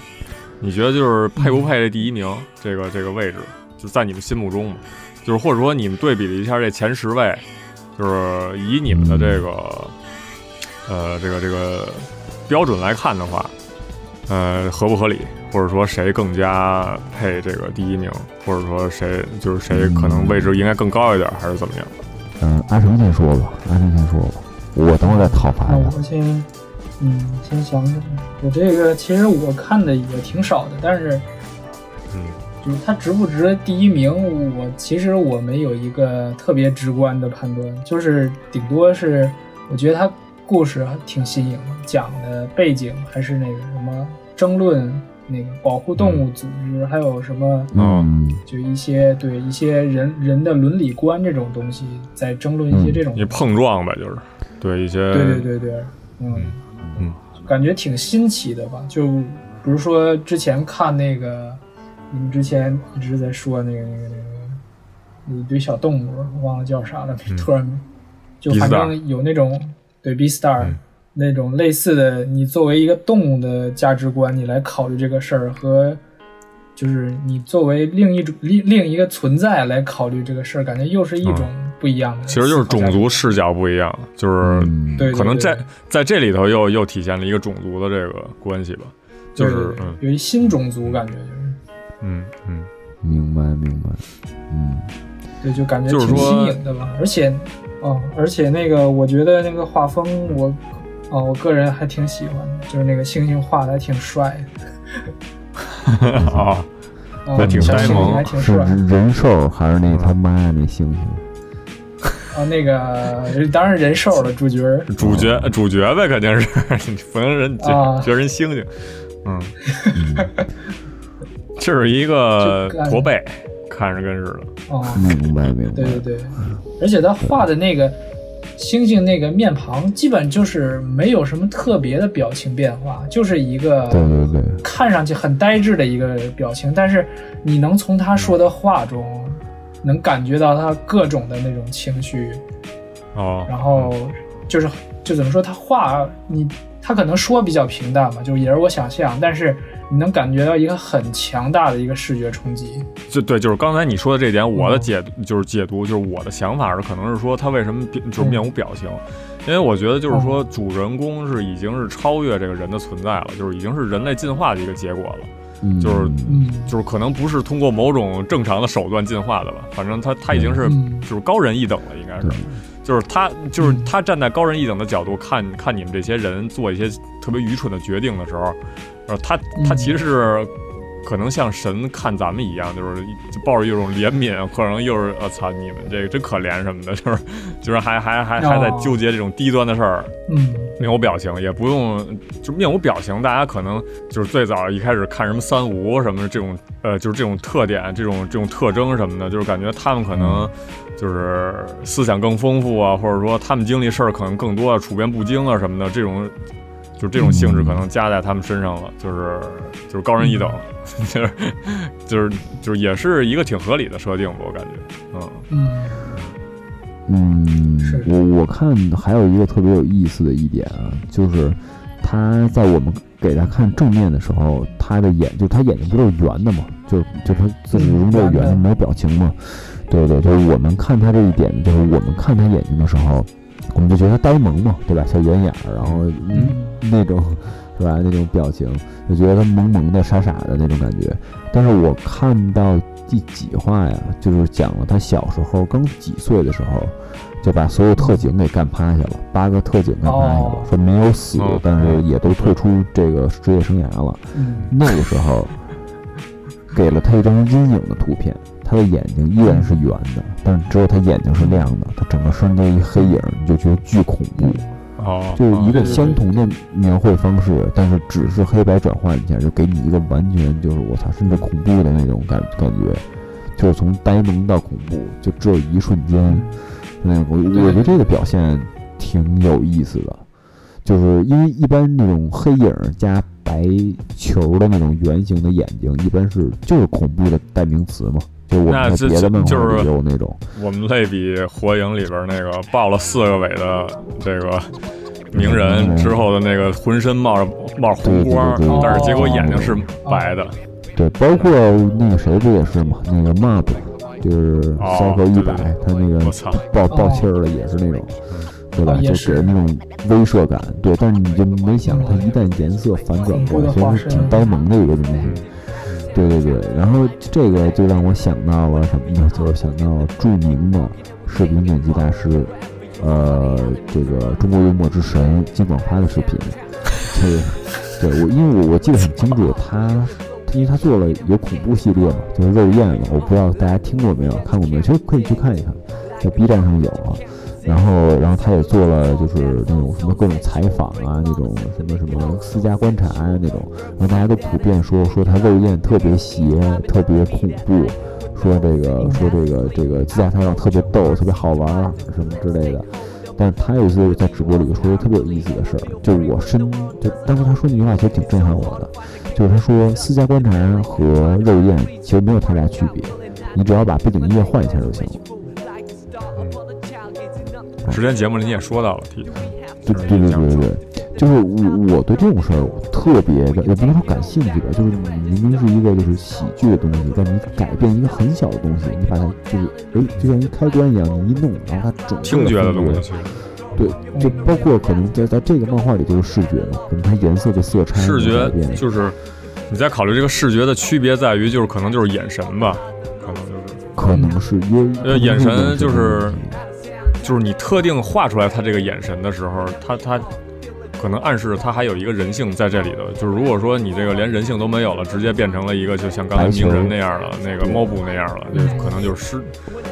[SPEAKER 2] 你觉得就是配不配这第一名、这个这个位置，就在你们心目中嘛？就是或者说你们对比了一下这前十位，就是以你们的这个呃这个这个标准来看的话，呃合不合理，或者说谁更加配这个第一名，或者说谁就是谁可能位置应该更高一点，还是怎么样？
[SPEAKER 3] 嗯，阿成先说吧，阿成先说吧，我等会儿再讨伐
[SPEAKER 4] 那
[SPEAKER 3] 他。
[SPEAKER 4] 啊我先，嗯，先想想。我这个其实我看的也挺少的，但是
[SPEAKER 2] 嗯。
[SPEAKER 4] 就是它值不值第一名，我其实我没有一个特别直观的判断，就是顶多是我觉得它故事还挺新颖的，讲的背景还是那个什么争论那个保护动物组织，还有什么
[SPEAKER 2] 哦
[SPEAKER 3] 嗯，
[SPEAKER 4] 就一些对一些人人的伦理观这种东西，在争论一些这种。
[SPEAKER 2] 你碰撞呗，就是对一些
[SPEAKER 4] 对对对对，嗯
[SPEAKER 2] 嗯，
[SPEAKER 4] 感觉挺新奇的吧？就比如说之前看那个，你们之前一直在说那个那个那个那一堆小动物，忘了叫啥了，突然就
[SPEAKER 2] Beastar
[SPEAKER 4] 反正有那种对 B Star
[SPEAKER 2] 嗯
[SPEAKER 4] 那种类似的，你作为一个动物的价值观，你来考虑这个事儿和。就是你作为另一种另另一个存在来考虑这个事儿，感觉又是一种不一样的
[SPEAKER 2] 其
[SPEAKER 4] 思考价值观。
[SPEAKER 2] 实就是种族视角不一样，就是
[SPEAKER 3] 嗯
[SPEAKER 4] 对，对
[SPEAKER 2] 可能
[SPEAKER 4] 对
[SPEAKER 2] 在在这里头又又体现了一个种族的这个关系吧，就
[SPEAKER 4] 对
[SPEAKER 2] 是
[SPEAKER 4] 对对
[SPEAKER 2] 嗯
[SPEAKER 4] 有一新种族感觉，就是
[SPEAKER 2] 嗯嗯，
[SPEAKER 3] 明白明白，嗯
[SPEAKER 4] 对，就感觉
[SPEAKER 2] 就是
[SPEAKER 4] 挺
[SPEAKER 2] 说
[SPEAKER 4] 新颖的吧。而且，哦，而且那个我觉得那个画风我，哦，我个人还挺喜欢的，就是那个猩猩画的还挺帅的，
[SPEAKER 2] 啊，
[SPEAKER 4] 嗯、
[SPEAKER 2] 还挺
[SPEAKER 4] 小
[SPEAKER 2] 呆
[SPEAKER 4] 猩
[SPEAKER 2] 萌
[SPEAKER 4] 猩还挺
[SPEAKER 3] 是
[SPEAKER 4] 帅啊、
[SPEAKER 3] 人兽还是那他妈那猩猩？
[SPEAKER 4] 哦那个当然人兽了，主角儿
[SPEAKER 2] 主角主角呗，肯定是 你不能人
[SPEAKER 4] 啊
[SPEAKER 2] 觉得人猩猩， 嗯，就是一个
[SPEAKER 4] 就感
[SPEAKER 2] 驼背，看着跟似的，
[SPEAKER 4] 哦，
[SPEAKER 3] 明白明白
[SPEAKER 4] 对，对对，而且他画的那个猩猩那个面庞，基本就是没有什么特别的表情变化，就是一个
[SPEAKER 3] 对对对，
[SPEAKER 4] 看上去很呆滞的一个表情，但是你能从他说的话中，能感觉到他各种的那种情绪，
[SPEAKER 2] 哦，
[SPEAKER 4] 然后
[SPEAKER 3] 嗯
[SPEAKER 4] 就是就怎么说，他话你他可能说比较平淡嘛，就是也是我想象，但是你能感觉到一个很强大的一个视觉冲击。
[SPEAKER 2] 就对，就是刚才你说的这点，我的解读就是解读，就是我的想法是，可能是说他为什么变就是面无表情，因为我觉得就是说主人公是已经是超越这个人的存在了，就是已经是人类进化的一个结果了，
[SPEAKER 3] 嗯
[SPEAKER 2] 就是
[SPEAKER 4] 嗯，
[SPEAKER 2] 就是可能不是通过某种正常的手段进化的吧，反正他他已经是
[SPEAKER 4] 嗯
[SPEAKER 2] 就是高人一等了，应该是
[SPEAKER 3] 对，
[SPEAKER 2] 就是他就是他站在高人一等的角度看看你们这些人做一些特别愚蠢的决定的时候，呃，他他
[SPEAKER 4] 嗯
[SPEAKER 2] 其实是可能像神看咱们一样，就是就抱着一种怜悯，可能又是我操、你们这个真可怜什么的，就是就是还还还还在
[SPEAKER 4] 哦
[SPEAKER 2] 纠结这种低端的事儿，
[SPEAKER 4] 嗯，
[SPEAKER 2] 面无表情，也不用就面无表情。大家可能就是最早一开始看什么三无什么的这种，呃，就是这种特点、这种这种特征什么的，就是感觉他们可能就是思想更丰富啊，或者说他们经历事儿可能更多啊，处变不惊啊什么的，这种就这种性质可能加在他们身上了，就是就是高人一等， 就是就是就是也是一个挺合理的设定吧，我感觉，嗯
[SPEAKER 4] 嗯，
[SPEAKER 3] 嗯
[SPEAKER 4] 是，
[SPEAKER 3] 我我看还有一个特别有意思的一点啊，就是他在我们给他看正面的时候，他的眼就他眼睛不都是圆的嘛，就就他自始至终都是圆
[SPEAKER 4] 嗯圆的
[SPEAKER 3] 的，没有表情嘛。对对，就是我们看他这一点，就是我们看他眼睛的时候，我们就觉得他呆萌嘛，对吧？小圆眼儿，然后嗯 那种是吧？那种表情，就觉得他萌萌的、傻傻的那种感觉。但是我看到第几话呀，就是讲了他小时候刚几岁的时候，就把所有特警给干趴下了，八个特警干趴下了，
[SPEAKER 4] 哦
[SPEAKER 3] 说没有死，
[SPEAKER 2] 哦
[SPEAKER 3] 但是也都退出这个职业生涯了。
[SPEAKER 4] 嗯，
[SPEAKER 3] 那个时候，给了他一张阴影的图片，他的眼睛依然是圆的，但是只有他眼睛是亮的，他整个身都一黑影，你就觉得巨恐怖。
[SPEAKER 2] 哦，
[SPEAKER 3] 就是一个
[SPEAKER 2] 嗯
[SPEAKER 3] 相同的描绘方式，但是只是黑白转换一下，就给你一个完全就是我操，甚至恐怖的那种感感觉，就是从呆萌到恐怖，就只有一瞬
[SPEAKER 2] 嗯
[SPEAKER 3] 间。那我我觉得这个表现挺有意思的，就是因为一般那种黑影儿加白球的那种圆形的眼睛，一般是就是恐怖的代名词嘛。就我
[SPEAKER 2] 那
[SPEAKER 3] 们
[SPEAKER 2] 这
[SPEAKER 3] 在别的漫
[SPEAKER 2] 就
[SPEAKER 3] 画
[SPEAKER 2] 是
[SPEAKER 3] 里也有那种，
[SPEAKER 2] 我们类比《火影》里边那个爆了四个尾的这个鸣人之后的那个浑身冒着冒着红光
[SPEAKER 3] 对对对对，哦
[SPEAKER 2] 但是结果眼睛是白的。
[SPEAKER 3] 对，包括那个谁不也是嘛？那个 MOB 就是
[SPEAKER 2] 哦
[SPEAKER 3] Psycho 一
[SPEAKER 2] 对
[SPEAKER 3] 百
[SPEAKER 2] 对对，
[SPEAKER 3] 他那个
[SPEAKER 2] 我操
[SPEAKER 3] 爆爆气儿的也是那种，对吧
[SPEAKER 4] 哦？也
[SPEAKER 3] 就是给人那种威慑感。对，但是你就没想它一旦颜色反转过来，
[SPEAKER 4] 恐怖的
[SPEAKER 3] 其
[SPEAKER 4] 化
[SPEAKER 3] 实
[SPEAKER 4] 身
[SPEAKER 3] 是挺呆萌的一个东西。对对对，然后这个就让我想到了什么呢？就是想到著名的视频剪辑大师，呃，这个中国幽默之神金广发的视频， 就是对我，因为我我记得很清楚，他因为他做了有恐怖系列嘛，就是肉燕嘛，我不知道大家听过没有，看过没有，其实可以去看一看，在 B 站上有啊。然后，然后他也做了就是那种什么各种采访啊，那种什么什么私家观察啊那种，然后大家都普遍说说他肉燕特别邪，特别恐怖，说这个说这个这个自驾采访特别逗，特别好玩儿什么之类的。但是他有一次在直播里说一个特别有意思的事儿，就我身就当时他说那句话其实挺震撼我的，就是他说私家观察和肉燕其实没有太大区别，你只要把背景音乐换一下就行了。嗯
[SPEAKER 2] 之前节目里你也说到了，提
[SPEAKER 3] 对
[SPEAKER 2] 就是
[SPEAKER 3] 对
[SPEAKER 2] 你
[SPEAKER 3] 对
[SPEAKER 2] 讲
[SPEAKER 3] 对对，就是我我对这种事儿我特别的，也不能说感兴趣吧，就是你明明是一个就是喜剧的东西，但你改变一个很小的东西，你把它就是哎，就像一开关一样，你一弄，然后它整个
[SPEAKER 2] 听觉的
[SPEAKER 3] 风格
[SPEAKER 2] 东西，
[SPEAKER 3] 对，就包括可能在在这个漫画里就是视觉嘛，可能它颜色的色差
[SPEAKER 2] 视
[SPEAKER 3] 改
[SPEAKER 2] 觉
[SPEAKER 3] 变，
[SPEAKER 2] 就是你在考虑这个视觉的区别在于，就是可能就是眼神吧，可能就是
[SPEAKER 3] 可能是因为
[SPEAKER 2] 呃眼神就是就是你特定画出来他这个眼神的时候，他他可能暗示他还有一个人性在这里的。就是如果说你这个连人性都没有了，直接变成了一个就像刚才
[SPEAKER 3] 白球
[SPEAKER 2] 鸣人那样了，那个猫步那样了，就可能就是失，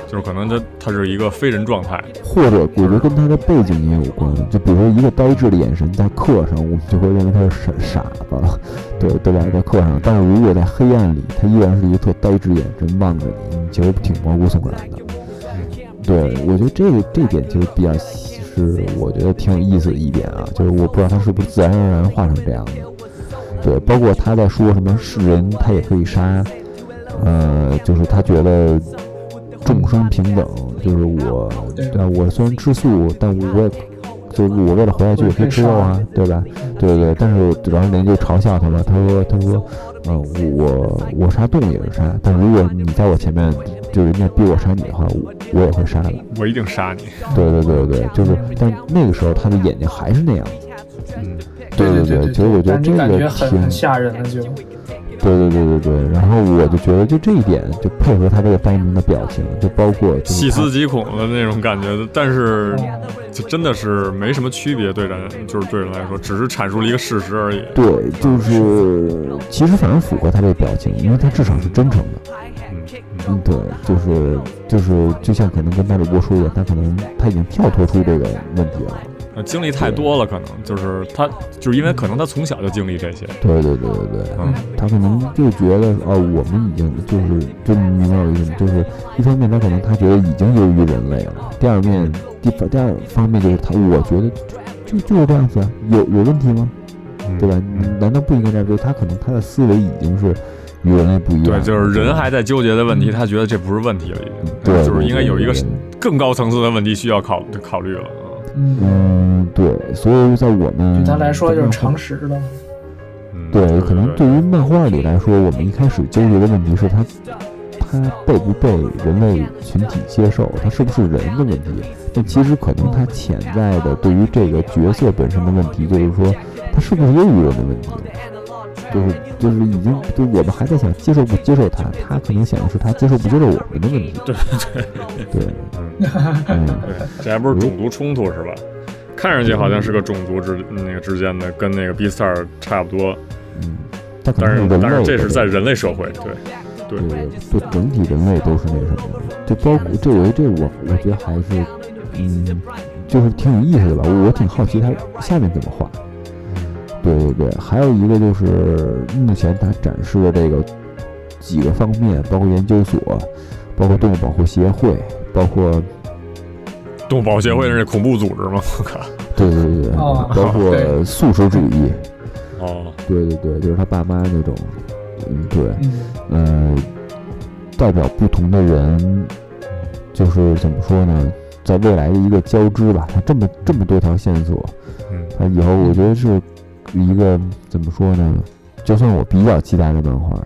[SPEAKER 2] 就是可能他他是一个非人状态。
[SPEAKER 3] 或者我觉得跟他的背景也有关，就比如说一个呆滞的眼神，在课上我们就会认为他是傻傻子，对对吧？在课上，但是如果在黑暗里，他依然是一个特呆滞的眼神望着你，你觉得挺毛骨悚然的。嗯对，我觉得这个这点其实比较是我觉得挺有意思的一点啊，就是我不知道他是不是自然而然画成这样的。对，包括他在说什么是人他也可以杀，呃，就是他觉得众生平等，就是我，
[SPEAKER 4] 对
[SPEAKER 3] 对啊，我虽然吃素，但我也就是我为了活下去也可以吃肉啊，对吧？对对对，但是然后人就嘲笑他嘛，他说他说，嗯、我我我杀动物也是杀，但如果你在我前面，就是人家逼我杀你的话，我我也会杀的。
[SPEAKER 2] 我一定杀你。
[SPEAKER 3] 对对对对，就是，但那个时候他的眼睛还是那样。
[SPEAKER 2] 嗯，
[SPEAKER 3] 对
[SPEAKER 4] 对
[SPEAKER 3] 对，
[SPEAKER 4] 对
[SPEAKER 3] 其实我觉得
[SPEAKER 4] 但
[SPEAKER 3] 这个
[SPEAKER 4] 就感
[SPEAKER 3] 挺
[SPEAKER 4] 觉很很吓人了就，
[SPEAKER 3] 对对对对对，然后我就觉得就这一点，就配合他这个呆萌的表情，就包括就是
[SPEAKER 2] 细思
[SPEAKER 3] 他
[SPEAKER 2] 极恐的那种感觉，但是就真的是没什么区别，对人就是对人来说，只是阐述了一个事实而已。
[SPEAKER 3] 对，就是其实反而符合他这个表情，因为他至少是真诚的。
[SPEAKER 2] 嗯
[SPEAKER 3] 嗯，对，就是就是，就像可能跟麦主播说的，他可能他已经跳脱出这个问题了。
[SPEAKER 2] 呃，经历太多了，可能就是他，就是因为可能他从小就经历这些，
[SPEAKER 3] 对对对对对，
[SPEAKER 2] 嗯，
[SPEAKER 3] 他可能就觉得哦，我们已经就是就明白我意思吗？就是一方面他可能他觉得已经优于人类了，第二
[SPEAKER 2] 嗯
[SPEAKER 3] 面第第二方面就是他，我觉得就就就是这样子啊，有有问题吗？嗯对吧？你难道不应该这样？就是他可能他的思维已经是与人类不一样
[SPEAKER 2] 对，
[SPEAKER 3] 了，
[SPEAKER 2] 就是人还在纠结的问题，他觉得这不是问题了，已经，
[SPEAKER 3] 对，
[SPEAKER 2] 就是应该有一个
[SPEAKER 3] 对对对
[SPEAKER 2] 更高层次的问题需要考考虑了。啊
[SPEAKER 4] 嗯，
[SPEAKER 3] 嗯，对，所以在我们
[SPEAKER 4] 对他来说就是
[SPEAKER 3] 在漫
[SPEAKER 4] 常
[SPEAKER 3] 画
[SPEAKER 4] 识了。
[SPEAKER 2] 嗯，
[SPEAKER 3] 对，可能对
[SPEAKER 2] 对
[SPEAKER 3] 于漫画里来说，我们一开始纠结的问题是他他被不被人类群体接受，他是不是人的问题。但其实可能他潜在的对于这个角色本身的问题，就是说他是不是优于人的问题，就是就是已经就我们还在想接受不接受他，他可能想的是他接受不接受我们的问题。对对对，嗯，
[SPEAKER 2] 这还不是种族冲突是吧？看上去好像是个种族之嗯那个之间的，跟那个 B Star 差不多，
[SPEAKER 3] 嗯，他可
[SPEAKER 2] 但是
[SPEAKER 3] 能人类
[SPEAKER 2] 但是这
[SPEAKER 3] 的
[SPEAKER 2] 是在
[SPEAKER 3] 问题
[SPEAKER 2] 人类社会，对对
[SPEAKER 3] 对，对整体人类都是那什么的，就包括这我这我我觉得还是，嗯，就是挺有意思的吧。我我挺好奇它下面怎么画。对对对，还有一个就是目前它展示的这个几个方面，包括研究所，包括动物保护协会，包括
[SPEAKER 2] 动物保护协会是恐怖组织吗？我靠！
[SPEAKER 3] 对对对对，
[SPEAKER 4] 哦
[SPEAKER 3] 包括
[SPEAKER 4] 对
[SPEAKER 3] 素食主义，
[SPEAKER 2] 哦，
[SPEAKER 3] 对对对，就是他爸妈那种，嗯，对，
[SPEAKER 4] 嗯，
[SPEAKER 3] 呃，代表不同的人，就是怎么说呢，在未来的一个交织吧。它这么这么多条线索，
[SPEAKER 2] 嗯
[SPEAKER 3] 它以后我觉得是一个怎么说呢，就算我比较期待的漫画，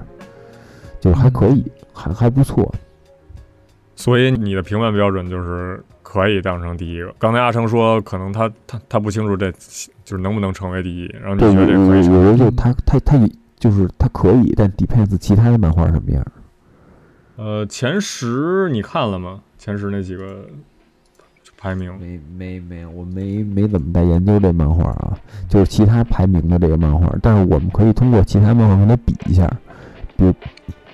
[SPEAKER 3] 就是还可以，还还不错。
[SPEAKER 2] 所以你的评判标准就是可以当成第一个。刚才阿成说，可能他他他不清楚这就是能不能成为第一，然后你
[SPEAKER 3] 对，我
[SPEAKER 2] 觉得这
[SPEAKER 3] 我
[SPEAKER 2] 可
[SPEAKER 3] 我
[SPEAKER 2] 以成为？
[SPEAKER 3] 觉得就它它它也就是它可以，但 depends 其他的漫画什么样。
[SPEAKER 2] 呃，前十你看了吗？前十那几个排名，
[SPEAKER 3] 没没没，我没没怎么在研究这漫画啊，就是其他排名的这个漫画，但是我们可以通过其他漫画跟它比一下，比如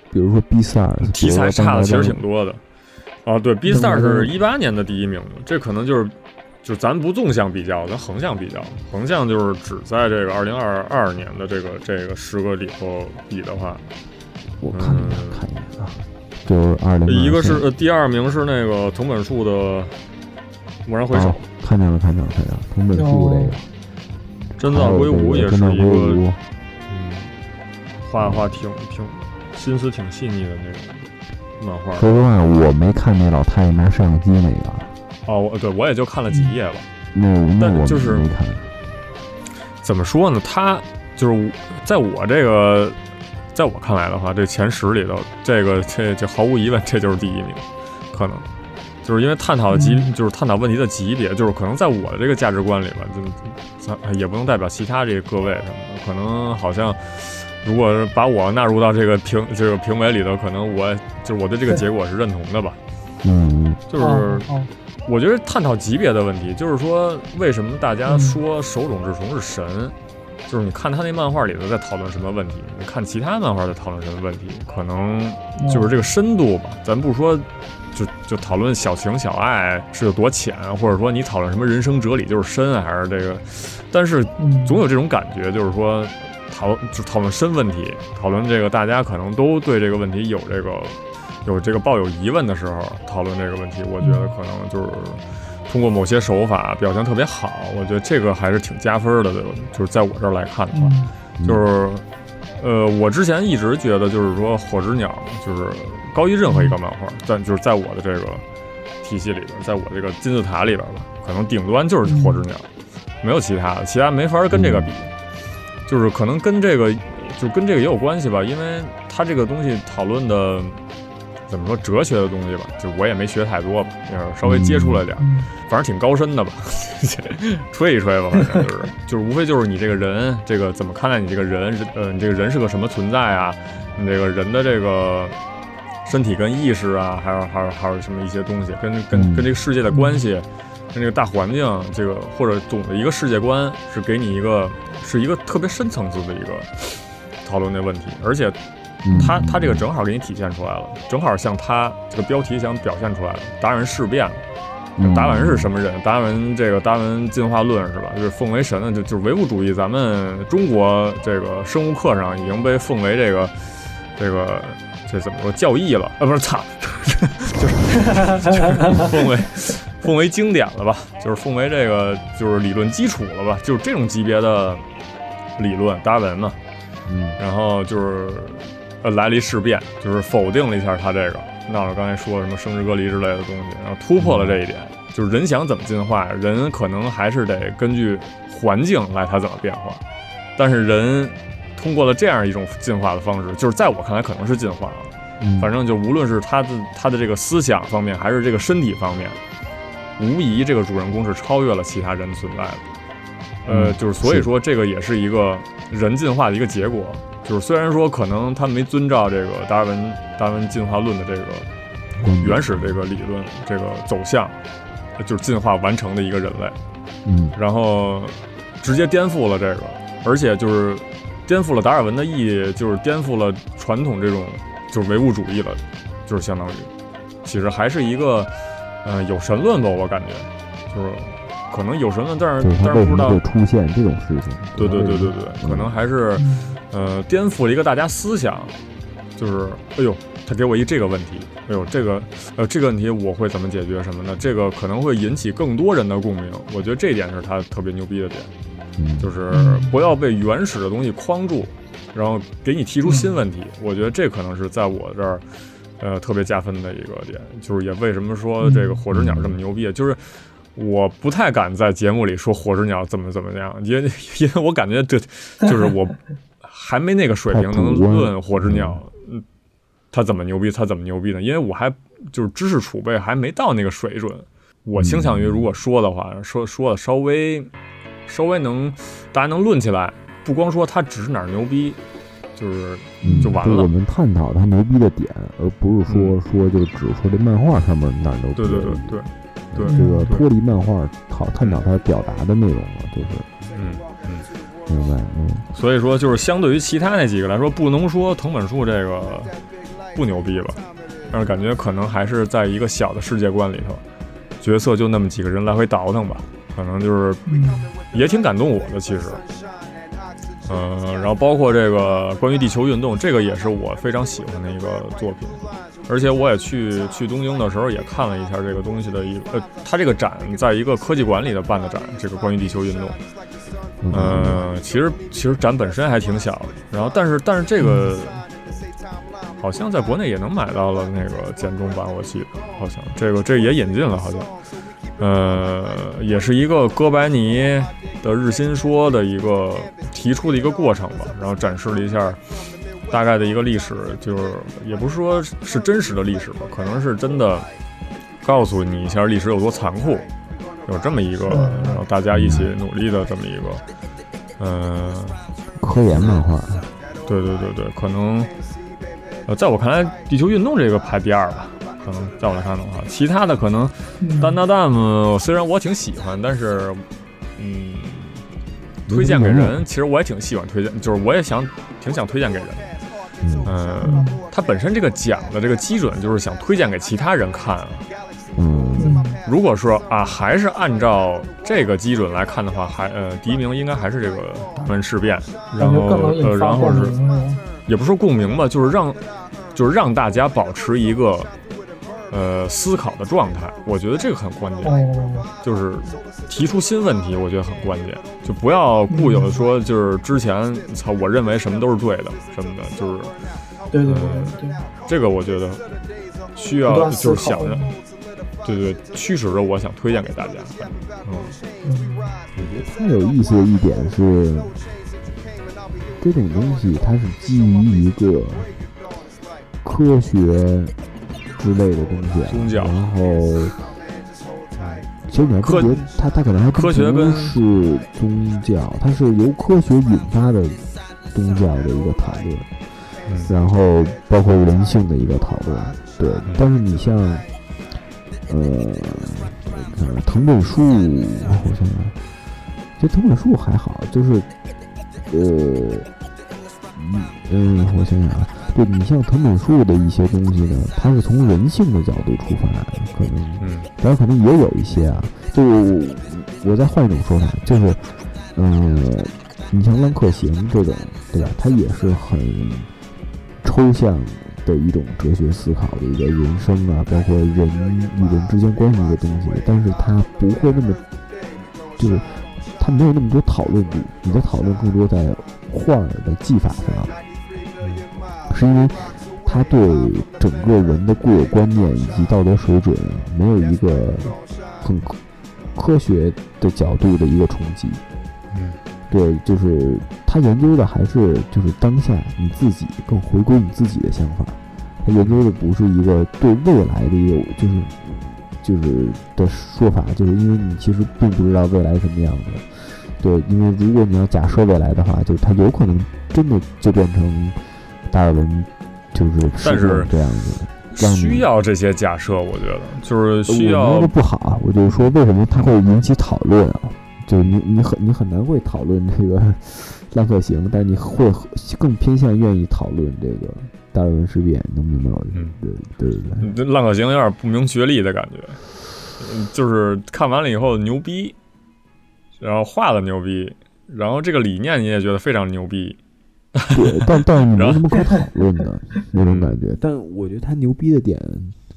[SPEAKER 3] 比如说 B 三
[SPEAKER 2] 题材差的其实挺多
[SPEAKER 3] 多，
[SPEAKER 2] 的。啊，对，B Star 是一八年的第一名，这可能就是就咱不纵向比较，咱横向比较，横向就是只在这个二零二二年的这个这个诗歌里头比的话，
[SPEAKER 3] 我看一眼，看一眼啊，就是二零。
[SPEAKER 2] 嗯一个是、呃、第二名是那个藤本树的《蓦然回首》
[SPEAKER 3] 啊，看见了，看见了，看见了，藤本树这个。
[SPEAKER 2] 真藏
[SPEAKER 3] 还
[SPEAKER 2] 归
[SPEAKER 3] 有这
[SPEAKER 2] 吾
[SPEAKER 3] 个
[SPEAKER 2] 也
[SPEAKER 3] 真
[SPEAKER 2] 是
[SPEAKER 3] 藏
[SPEAKER 2] 一
[SPEAKER 3] 归
[SPEAKER 2] 个嗯
[SPEAKER 3] 吾
[SPEAKER 2] 画画挺挺心思挺细腻的那个漫画。
[SPEAKER 3] 说实话，我没看那老太太拿摄像机那个，
[SPEAKER 2] 哦，我对我也就看了几页吧。
[SPEAKER 3] 那那
[SPEAKER 2] 但
[SPEAKER 3] 我
[SPEAKER 2] 就是
[SPEAKER 3] 没看。
[SPEAKER 2] 怎么说呢？他就是在我这个，在我看来的话，这前十里头，这个这这毫无疑问，这就是第一名，可能就是因为探讨的级，就是探讨问题的级别，就是可能在我的这个价值观里吧，就咱也不能代表其他这各位什么的，可能好像。如果是把我纳入到这个评这个评委里头，可能我就是我对这个结果是认同的吧。
[SPEAKER 3] 嗯，
[SPEAKER 2] 就是
[SPEAKER 4] 哦哦
[SPEAKER 2] 我觉得探讨级别的问题，就是说为什么大家说手冢治虫是神，就是你看他那漫画里头在讨论什么问题，你看其他漫画在讨论什么问题，可能就是这个深度吧。咱不说就就讨论小情小爱是有多浅，或者说你讨论什么人生哲理就是深还是这个，但是
[SPEAKER 4] 嗯
[SPEAKER 2] 总有这种感觉，就是说讨就讨论深问题，讨论这个大家可能都对这个问题有这个有这个抱有疑问的时候，讨论这个问题，我觉得可能就是通过某些手法表现特别好，我觉得这个还是挺加分的，对吧就是在我这儿来看的话，
[SPEAKER 4] 嗯
[SPEAKER 2] 就是呃，我之前一直觉得就是说火之鸟就是高于任何一个漫画，但就是在我的这个体系里边，在我这个金字塔里边吧，可能顶端就是火之鸟，
[SPEAKER 4] 嗯
[SPEAKER 2] 没有其他的，其他没法跟这个比，
[SPEAKER 4] 嗯
[SPEAKER 2] 就是可能跟这个就跟这个也有关系吧，因为它这个东西讨论的。怎么说哲学的东西吧，就我也没学太多吧，就是稍微接触了点儿，
[SPEAKER 4] 嗯
[SPEAKER 2] 反正挺高深的吧， 吹一吹吧，反正就是就是无非就是你这个人，这个怎么看待你这个人，呃，你这个人是个什么存在啊？你这个人的这个身体跟意识啊，还有还有还有什么一些东西，跟跟
[SPEAKER 3] 嗯
[SPEAKER 2] 跟这个世界的关系，跟这个大环境，这个或者总的一个世界观，是给你一个是一个特别深层次的一个讨论的问题，而且
[SPEAKER 3] 嗯
[SPEAKER 2] 他他这个正好给你体现出来了，正好像他这个标题想表现出来的达人事变了。
[SPEAKER 3] 嗯
[SPEAKER 2] 达文是什么人？达文这个达文进化论是吧？就是奉为神的，就就是唯物主义。咱们中国这个生物课上已经被奉为这个这个这怎么说教义了？啊，不是，操， 就是 就是奉为奉为经典了吧？就是奉为这个就是理论基础了吧？就是这种级别的理论，达文嘛。
[SPEAKER 3] 嗯
[SPEAKER 2] 然后就是呃来了一事变，就是否定了一下他这个闹着刚才说的什么生殖隔离之类的东西，然后突破了这一点，就是人想怎么进化，人可能还是得根据环境来它怎么变化，但是人通过了这样一种进化的方式，就是在我看来可能是进化了。
[SPEAKER 3] 嗯，
[SPEAKER 2] 反正就无论是他的他的这个思想方面，还是这个身体方面，无疑这个主人公是超越了其他人存在的。呃，
[SPEAKER 3] 嗯
[SPEAKER 2] 就是所以
[SPEAKER 3] 是
[SPEAKER 2] 说这个也是一个人进化的一个结果。就是虽然说可能他没遵照这个达尔文达尔文进化论的这个
[SPEAKER 3] 嗯
[SPEAKER 2] 原始这个理论这个走向，就是进化完成的一个人类，
[SPEAKER 3] 嗯
[SPEAKER 2] 然后直接颠覆了这个，而且就是颠覆了达尔文的意义，就是颠覆了传统这种就是唯物主义了，就是相当于，其实还是一个，呃，有神论吧，我感觉，就是可能有神论，但是
[SPEAKER 3] 就是他
[SPEAKER 2] 但是
[SPEAKER 3] 为
[SPEAKER 2] 不
[SPEAKER 3] 什
[SPEAKER 2] 知道
[SPEAKER 3] 么会，出现这种事情？
[SPEAKER 2] 对对对对对，
[SPEAKER 3] 嗯
[SPEAKER 2] 可能还是呃颠覆了一个大家思想，就是哎呦，他给我一这个问题，哎呦这个呃这个问题我会怎么解决什么的，这个可能会引起更多人的共鸣，我觉得这一点是他特别牛逼的点。
[SPEAKER 3] 嗯
[SPEAKER 2] 就是不要被原始的东西框住，然后给你提出新问题。我觉得这可能是在我这儿，呃，特别加分的一个点。就是也为什么说这个火之鸟这么牛逼，啊就是我不太敢在节目里说火之鸟怎么怎么样， 因为因为我感觉这就是我还没那个水平能
[SPEAKER 3] 太主观
[SPEAKER 2] 论火之鸟，嗯，它怎么牛逼，它怎么牛逼呢？因为我还就是知识储备还没到那个水准。我倾向于，如果说的话，说说的稍微稍微能大家能论起来，不光说他只是哪儿牛逼，就是
[SPEAKER 3] 嗯
[SPEAKER 2] 就完
[SPEAKER 3] 是我
[SPEAKER 2] 了。
[SPEAKER 3] 们探讨他牛逼的点，而不是说
[SPEAKER 2] 嗯
[SPEAKER 3] 说就只说这漫画上面哪儿牛逼。
[SPEAKER 2] 对对对对对，
[SPEAKER 3] 这个
[SPEAKER 2] 对
[SPEAKER 3] 脱离漫画讨探讨他表达的内容了，就是
[SPEAKER 2] 嗯嗯。
[SPEAKER 3] 明白嗯。
[SPEAKER 2] 所以说，就是相对于其他那几个来说，不能说藤本树这个不牛逼吧，但是感觉可能还是在一个小的世界观里头，角色就那么几个人来回倒腾吧，可能就是
[SPEAKER 4] 嗯，
[SPEAKER 2] 也挺感动我的，其实。嗯，然后包括这个关于地球运动，这个也是我非常喜欢的一个作品，而且我也去去东京的时候也看了一下这个东西的一呃，它这个展在一个科技馆里的办的展，这个关于地球运动，
[SPEAKER 3] 嗯
[SPEAKER 2] 呃，其实其实展本身还挺小的，然后但是但是这个好像在国内也能买到了那个简中版，我记得好像这个这也引进了，好像，呃，也是一个哥白尼的日心说的一个提出的一个过程吧，然后展示了一下大概的一个历史，就是也不是说是真实的历史吧，可能是真的告诉你一下历史有多残酷，有这么一个，然后大家一起努力的这么一个，嗯、
[SPEAKER 3] 科研漫画，
[SPEAKER 2] 对对对对，可能，呃，在我看来，地球运动这个排第二吧，可能在我来看的话，其他的可能
[SPEAKER 4] 嗯
[SPEAKER 2] 丹达蛋姆虽然我挺喜欢，但是，嗯，推荐给人，其实我也挺喜欢推荐，就是我也想挺想推荐给人，
[SPEAKER 3] 嗯
[SPEAKER 2] 嗯，它本身这个奖的这个基准就是想推荐给其他人看啊，
[SPEAKER 3] 嗯
[SPEAKER 4] 嗯
[SPEAKER 2] 如果说啊，还是按照这个基准来看的话，还呃，第一名应该还是这个达文事变，然
[SPEAKER 4] 感
[SPEAKER 2] 后
[SPEAKER 4] 觉更能
[SPEAKER 2] 呃，
[SPEAKER 4] 引
[SPEAKER 2] 然
[SPEAKER 4] 发
[SPEAKER 2] 后
[SPEAKER 4] 嗯共
[SPEAKER 2] 是
[SPEAKER 4] 鸣了。
[SPEAKER 2] 也不是说共鸣吧，就是让就是让大家保持一个呃思考的状态，我觉得这个很关键。
[SPEAKER 4] 哦，
[SPEAKER 2] 就是提出新问题，我觉得很关键，就不要固有的说就是之前操我认为什么都是对的什么的，就是
[SPEAKER 4] 对对对对对，
[SPEAKER 2] 这个我觉得需
[SPEAKER 4] 不
[SPEAKER 2] 要
[SPEAKER 4] 断
[SPEAKER 2] 就是
[SPEAKER 4] 思
[SPEAKER 2] 想
[SPEAKER 4] 考
[SPEAKER 2] 着，对对，驱使着我想推荐给大家，嗯，
[SPEAKER 4] 嗯，
[SPEAKER 3] 它有意思的一点是，这种东西它是基于一个科学之类的东西，啊
[SPEAKER 2] 宗教
[SPEAKER 3] 然后，嗯其实你还
[SPEAKER 2] 科
[SPEAKER 3] 不觉得它它可能还真
[SPEAKER 2] 科学跟
[SPEAKER 3] 不是宗教，它是由科学引发的宗教的一个讨论，
[SPEAKER 2] 嗯
[SPEAKER 3] 然后包括人性的一个讨论，对
[SPEAKER 2] 嗯。
[SPEAKER 3] 但是你像，呃，呃，藤本树，我想想，这藤本树还好，就是，呃，嗯嗯，我想想啊，对你像藤本树的一些东西呢，它是从人性的角度出发，可能，
[SPEAKER 2] 嗯
[SPEAKER 3] 当然可能也有一些啊，就我我再换一种说法，就是，嗯、你像浪客行这种，对吧？它也是很抽象的一种哲学思考的一个人生啊，包括人与人之间关系的东西，但是它不会那么，就是它没有那么多讨论度，你的讨论更多在画儿的技法上，啊是因为他对整个人的固有观念以及道德水准没有一个很科科学的角度的一个冲击。
[SPEAKER 2] 嗯，
[SPEAKER 3] 对，就是他研究的还是就是当下你自己，更回归你自己的想法。他研究的不是一个对未来的一个就是就是的说法，就是因为你其实并不知道未来什么样子。对，因为如果你要假设未来的话，就是它有可能真的就变成达尔文就是实
[SPEAKER 2] 但是
[SPEAKER 3] 验这样子。让你
[SPEAKER 2] 需要这些假设，我觉得就是需
[SPEAKER 3] 呃我没
[SPEAKER 2] 要
[SPEAKER 3] 说不好啊，我就是说为什么它会引起讨论啊？就是你你很你很难会讨论这个 浪客行，但你会更偏向愿意讨论这个达尔文事变，能明白我？
[SPEAKER 2] 嗯，
[SPEAKER 3] 对对对对，
[SPEAKER 2] 嗯浪客行有点不明觉厉的感觉，嗯就是看完了以后牛逼，然后画的牛逼，然后这个理念你也觉得非常牛逼，
[SPEAKER 3] 对，但但是你
[SPEAKER 2] 然后嗯
[SPEAKER 3] 没什么可讨论 的那种感觉。但我觉得他牛逼的点，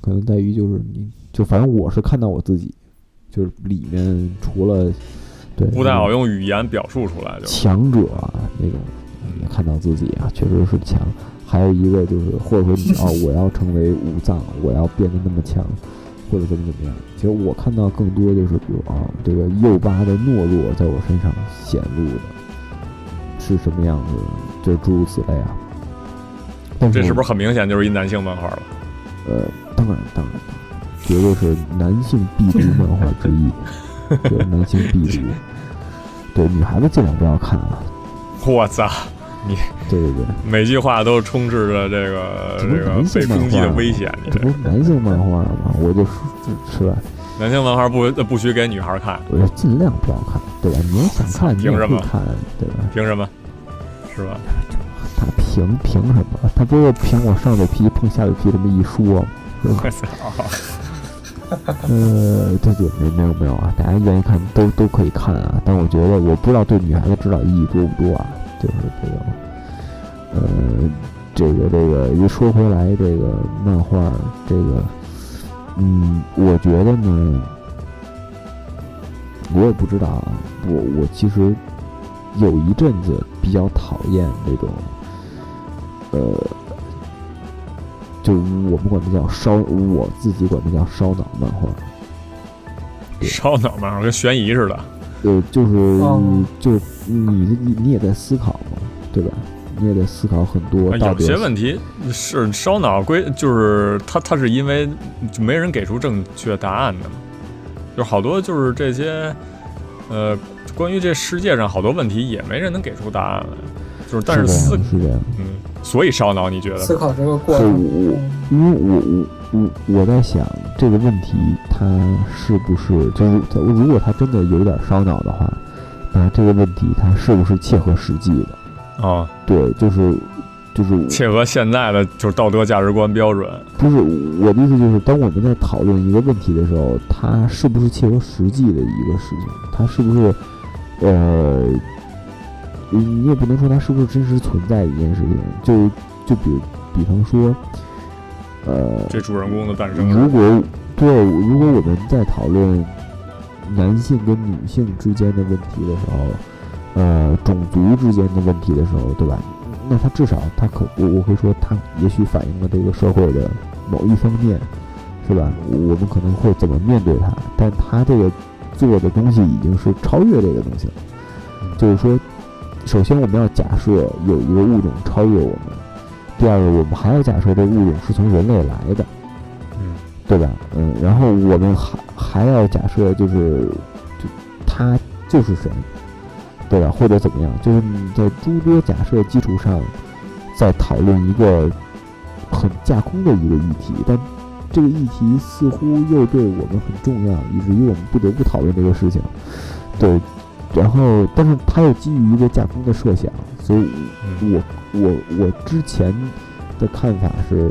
[SPEAKER 3] 可能在于就是你就反正我是看到我自己，就是里面除了对
[SPEAKER 2] 不太好用语言表述出来，就是
[SPEAKER 3] 强者啊那种
[SPEAKER 2] 嗯
[SPEAKER 3] 也看到自己啊，确实是强。还有一个就是，或者说你哦，我要成为武藏，我要变得那么强，或者怎么怎么样。其实我看到更多就是，比如啊，这个右巴的懦弱在我身上显露的是什么样子的，就诸如此类啊。但
[SPEAKER 2] 这是不
[SPEAKER 3] 我
[SPEAKER 2] 是很明显就是一男性漫画了？
[SPEAKER 3] 呃，当然，当然，绝对是男性必读漫画之一， 对，男性必读。对，女孩子尽量不要看啊。
[SPEAKER 2] 我操！
[SPEAKER 3] 对对对，
[SPEAKER 2] 每句话都充斥着这个
[SPEAKER 3] 怎么
[SPEAKER 2] 这个
[SPEAKER 3] 男性
[SPEAKER 2] 被
[SPEAKER 3] 漫画
[SPEAKER 2] 攻
[SPEAKER 3] 啊
[SPEAKER 2] 击的危险。你
[SPEAKER 3] 这
[SPEAKER 2] 这
[SPEAKER 3] 不是男性漫画吗？我就说是吧，
[SPEAKER 2] 男性漫画不呃不许给女孩看，
[SPEAKER 3] 我就尽量不要看，对吧？你要想看，你也
[SPEAKER 2] 凭什
[SPEAKER 3] 可以
[SPEAKER 2] 么
[SPEAKER 3] 看，对吧？
[SPEAKER 2] 凭什么？是吧？
[SPEAKER 3] 他凭凭什么？他不是凭我上嘴皮碰下嘴皮这么一说吗？
[SPEAKER 2] 我操！
[SPEAKER 3] 呃，对对，没没有没有啊，大家愿意看都都可以看啊，但我觉得我不知道对女孩子指导意义多不多啊，就是这个，呃，这个这个，一说回来，这个漫画，这个，嗯，我觉得呢，我也不知道啊，我我其实有一阵子比较讨厌这种，呃。就我们管它叫烧，我自己管它叫烧脑漫画。
[SPEAKER 2] 烧脑漫画跟悬疑似的，
[SPEAKER 3] 呃，就是、
[SPEAKER 4] 哦
[SPEAKER 3] 就是你你你也在思考嘛，对吧？你也在思考很多
[SPEAKER 2] 啊
[SPEAKER 3] 到
[SPEAKER 2] 有
[SPEAKER 3] 底
[SPEAKER 2] 些问题是烧脑归，就是他他是因为就没人给出正确答案的嘛，就是好多就是这些，呃，关于这世界上好多问题也没人能给出答案来，就是但是
[SPEAKER 3] 是
[SPEAKER 2] 思
[SPEAKER 3] 这样是这样。
[SPEAKER 2] 嗯，所以烧脑你觉得
[SPEAKER 4] 思
[SPEAKER 2] 吧？
[SPEAKER 4] 考这个过
[SPEAKER 3] 是
[SPEAKER 4] 程。
[SPEAKER 3] 我
[SPEAKER 4] 嗯
[SPEAKER 3] 因为我我我我在想这个问题，它是不是就是它如果它真的有点烧脑的话，那这个问题它是不是切合实际的？
[SPEAKER 2] 啊，
[SPEAKER 3] 对，就是就是我
[SPEAKER 2] 切合现在的就是道德价值观标准，
[SPEAKER 3] 不是我的意思，就是当我们在讨论一个问题的时候，它是不是切合实际的一个事情？它是不是，呃，嗯你也不能说它是不是真实存在的一件事情。就就比比方说，呃，
[SPEAKER 2] 这主人公的诞生
[SPEAKER 3] 如果对，如果我们在讨论男性跟女性之间的问题的时候，呃，种族之间的问题的时候，对吧？那它至少它可我我会说它也许反映了这个社会的某一方面，是吧？我们可能会怎么面对它，但它这个做的东西已经是超越这个东西了。就是说，首先我们要假设有一个物种超越我们，第二个我们还要假设这个物种是从人类来的。
[SPEAKER 2] 嗯
[SPEAKER 3] 对吧？嗯，然后我们还还要假设就是，就他就是神，对吧？或者怎么样？就是你在诸多假设基础上，在讨论一个很架空的一个议题，但这个议题似乎又对我们很重要，以至于我们不得不讨论这个事情。对，然后但是它又基于一个架空的设想，所以
[SPEAKER 2] 嗯
[SPEAKER 3] 我我我之前的看法是，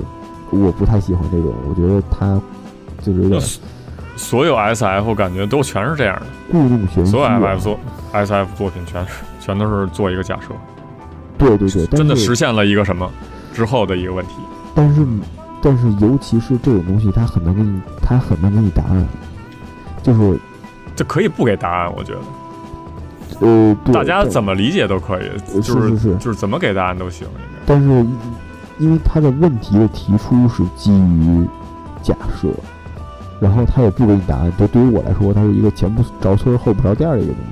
[SPEAKER 3] 我不太喜欢这种，我觉得它就是有点
[SPEAKER 2] 就是所有 S F 感觉都全是这样的，
[SPEAKER 3] 故弄玄虚
[SPEAKER 2] 所有 S
[SPEAKER 3] 啊
[SPEAKER 2] F。作 S F 作品全是全都是做一个假设，
[SPEAKER 3] 对对对，但
[SPEAKER 2] 真的
[SPEAKER 3] 是
[SPEAKER 2] 实现了一个什么之后的一个问题。
[SPEAKER 3] 但是你但是尤其是这种东西，它很难给你，它很难给你答案。就是
[SPEAKER 2] 这可以不给答案，我觉得
[SPEAKER 3] 呃，对
[SPEAKER 2] 大家
[SPEAKER 3] 对
[SPEAKER 2] 怎么理解都可以，
[SPEAKER 3] 呃
[SPEAKER 2] 就是
[SPEAKER 3] 是是
[SPEAKER 2] 就是怎么给答案都行，应该
[SPEAKER 3] 但是因为他的问题的提出是基于假设，然后他也不给你答案，就对于我来说，它是一个前不着村后不着店儿的一个东西，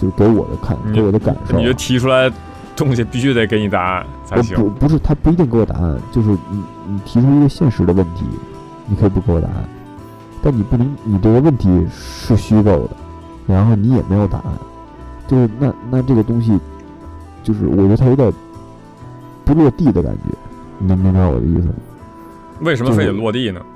[SPEAKER 3] 就是给我的看，
[SPEAKER 2] 你
[SPEAKER 3] 给我的感受啊。
[SPEAKER 2] 你就提出来东西必须得给你答案才
[SPEAKER 3] 我
[SPEAKER 2] 行。
[SPEAKER 3] 不不是他不一定给我答案，就是你你提出一个现实的问题，你可以不给我答案，但你不能你这个问题是虚构的，然后你也没有答案，就是那那这个东西，就是我觉得它有点不落地的感觉，你能明白我的意思吗？
[SPEAKER 2] 为什么非得落地呢？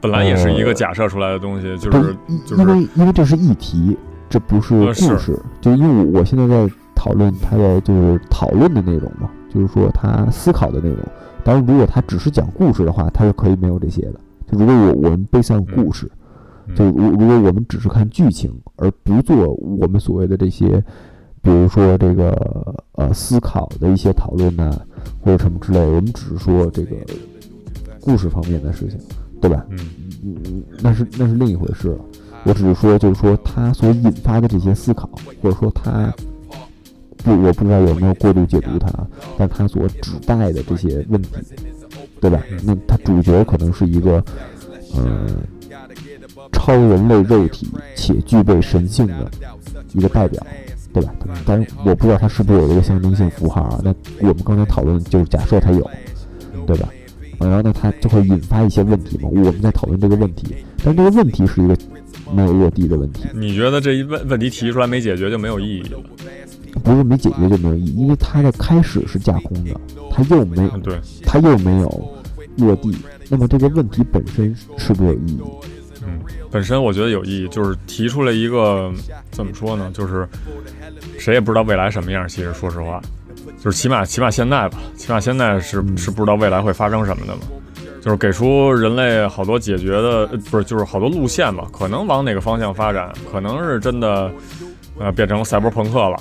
[SPEAKER 2] 本来也是一个假设出来的东西，就
[SPEAKER 3] 呃不
[SPEAKER 2] 是
[SPEAKER 3] 因
[SPEAKER 2] 就是
[SPEAKER 3] 因为因为这是议题，这不是
[SPEAKER 2] 呃
[SPEAKER 3] 故
[SPEAKER 2] 是
[SPEAKER 3] 事，就因为我我现在在讨论他的就是讨论的内容嘛，就是说他思考的内容。当然，如果他只是讲故事的话，他是可以没有这些的。就如果我我们背上故事，
[SPEAKER 2] 嗯
[SPEAKER 3] 就如如果我们只是看剧情，而不做我们所谓的这些，比如说这个呃思考的一些讨论呐、或者什么之类的，我们只是说这个故事方面的事情，对吧？
[SPEAKER 2] 嗯
[SPEAKER 3] 嗯，那是那是另一回事了。我只是说，就是说他所引发的这些思考，或者说他不，我不知道有没有过度解读他，但他所指代的这些问题，对吧？那他主角可能是一个，呃，超人类肉体且具备神性的一个代表，对吧？当然，我不知道他是不是有这个象征性符号啊。那我们刚才讨论就是假设他有，对吧？呃然后呢，它就会引发一些问题嘛。我们在讨论这个问题，但这个问题是一个没有落地的问题，
[SPEAKER 2] 你觉得这一问问题提出来没解决就没有意义了？
[SPEAKER 3] 不是没解决就没有意义，因为它的开始是架空的，它又没
[SPEAKER 2] 嗯对，
[SPEAKER 3] 它又没有落地，那么这个问题本身是不是有意义？
[SPEAKER 2] 嗯，本身我觉得有意义，就是提出了一个怎么说呢，就是谁也不知道未来什么样。其实说实话，就是起码起码现在吧，起码现在是是不知道未来会发生什么的嘛。就是给出人类好多解决的，呃不是就是好多路线吧，可能往哪个方向发展，可能是真的，呃，变成赛博朋克了，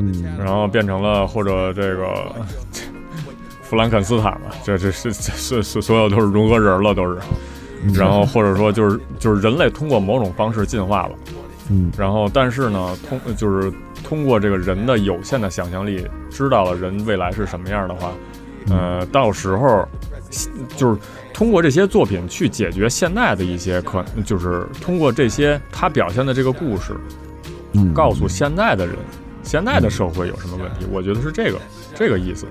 [SPEAKER 3] 嗯，
[SPEAKER 2] 然后变成了或者这个弗兰肯斯坦吧，这这是这是是所有都是融合人了，都是。
[SPEAKER 3] 嗯
[SPEAKER 2] 然后或者说就是就是人类通过某种方式进化了，
[SPEAKER 3] 嗯
[SPEAKER 2] 然后但是呢，通就是通过这个人的有限的想象力，知道了人未来是什么样的话，
[SPEAKER 3] 嗯
[SPEAKER 2] 呃，到时候就是通过这些作品去解决现在的一些可，就是通过这些他表现的这个故事，
[SPEAKER 3] 嗯，
[SPEAKER 2] 告诉现在的人，现在的社会有什么问题，我觉得是这个这个意思，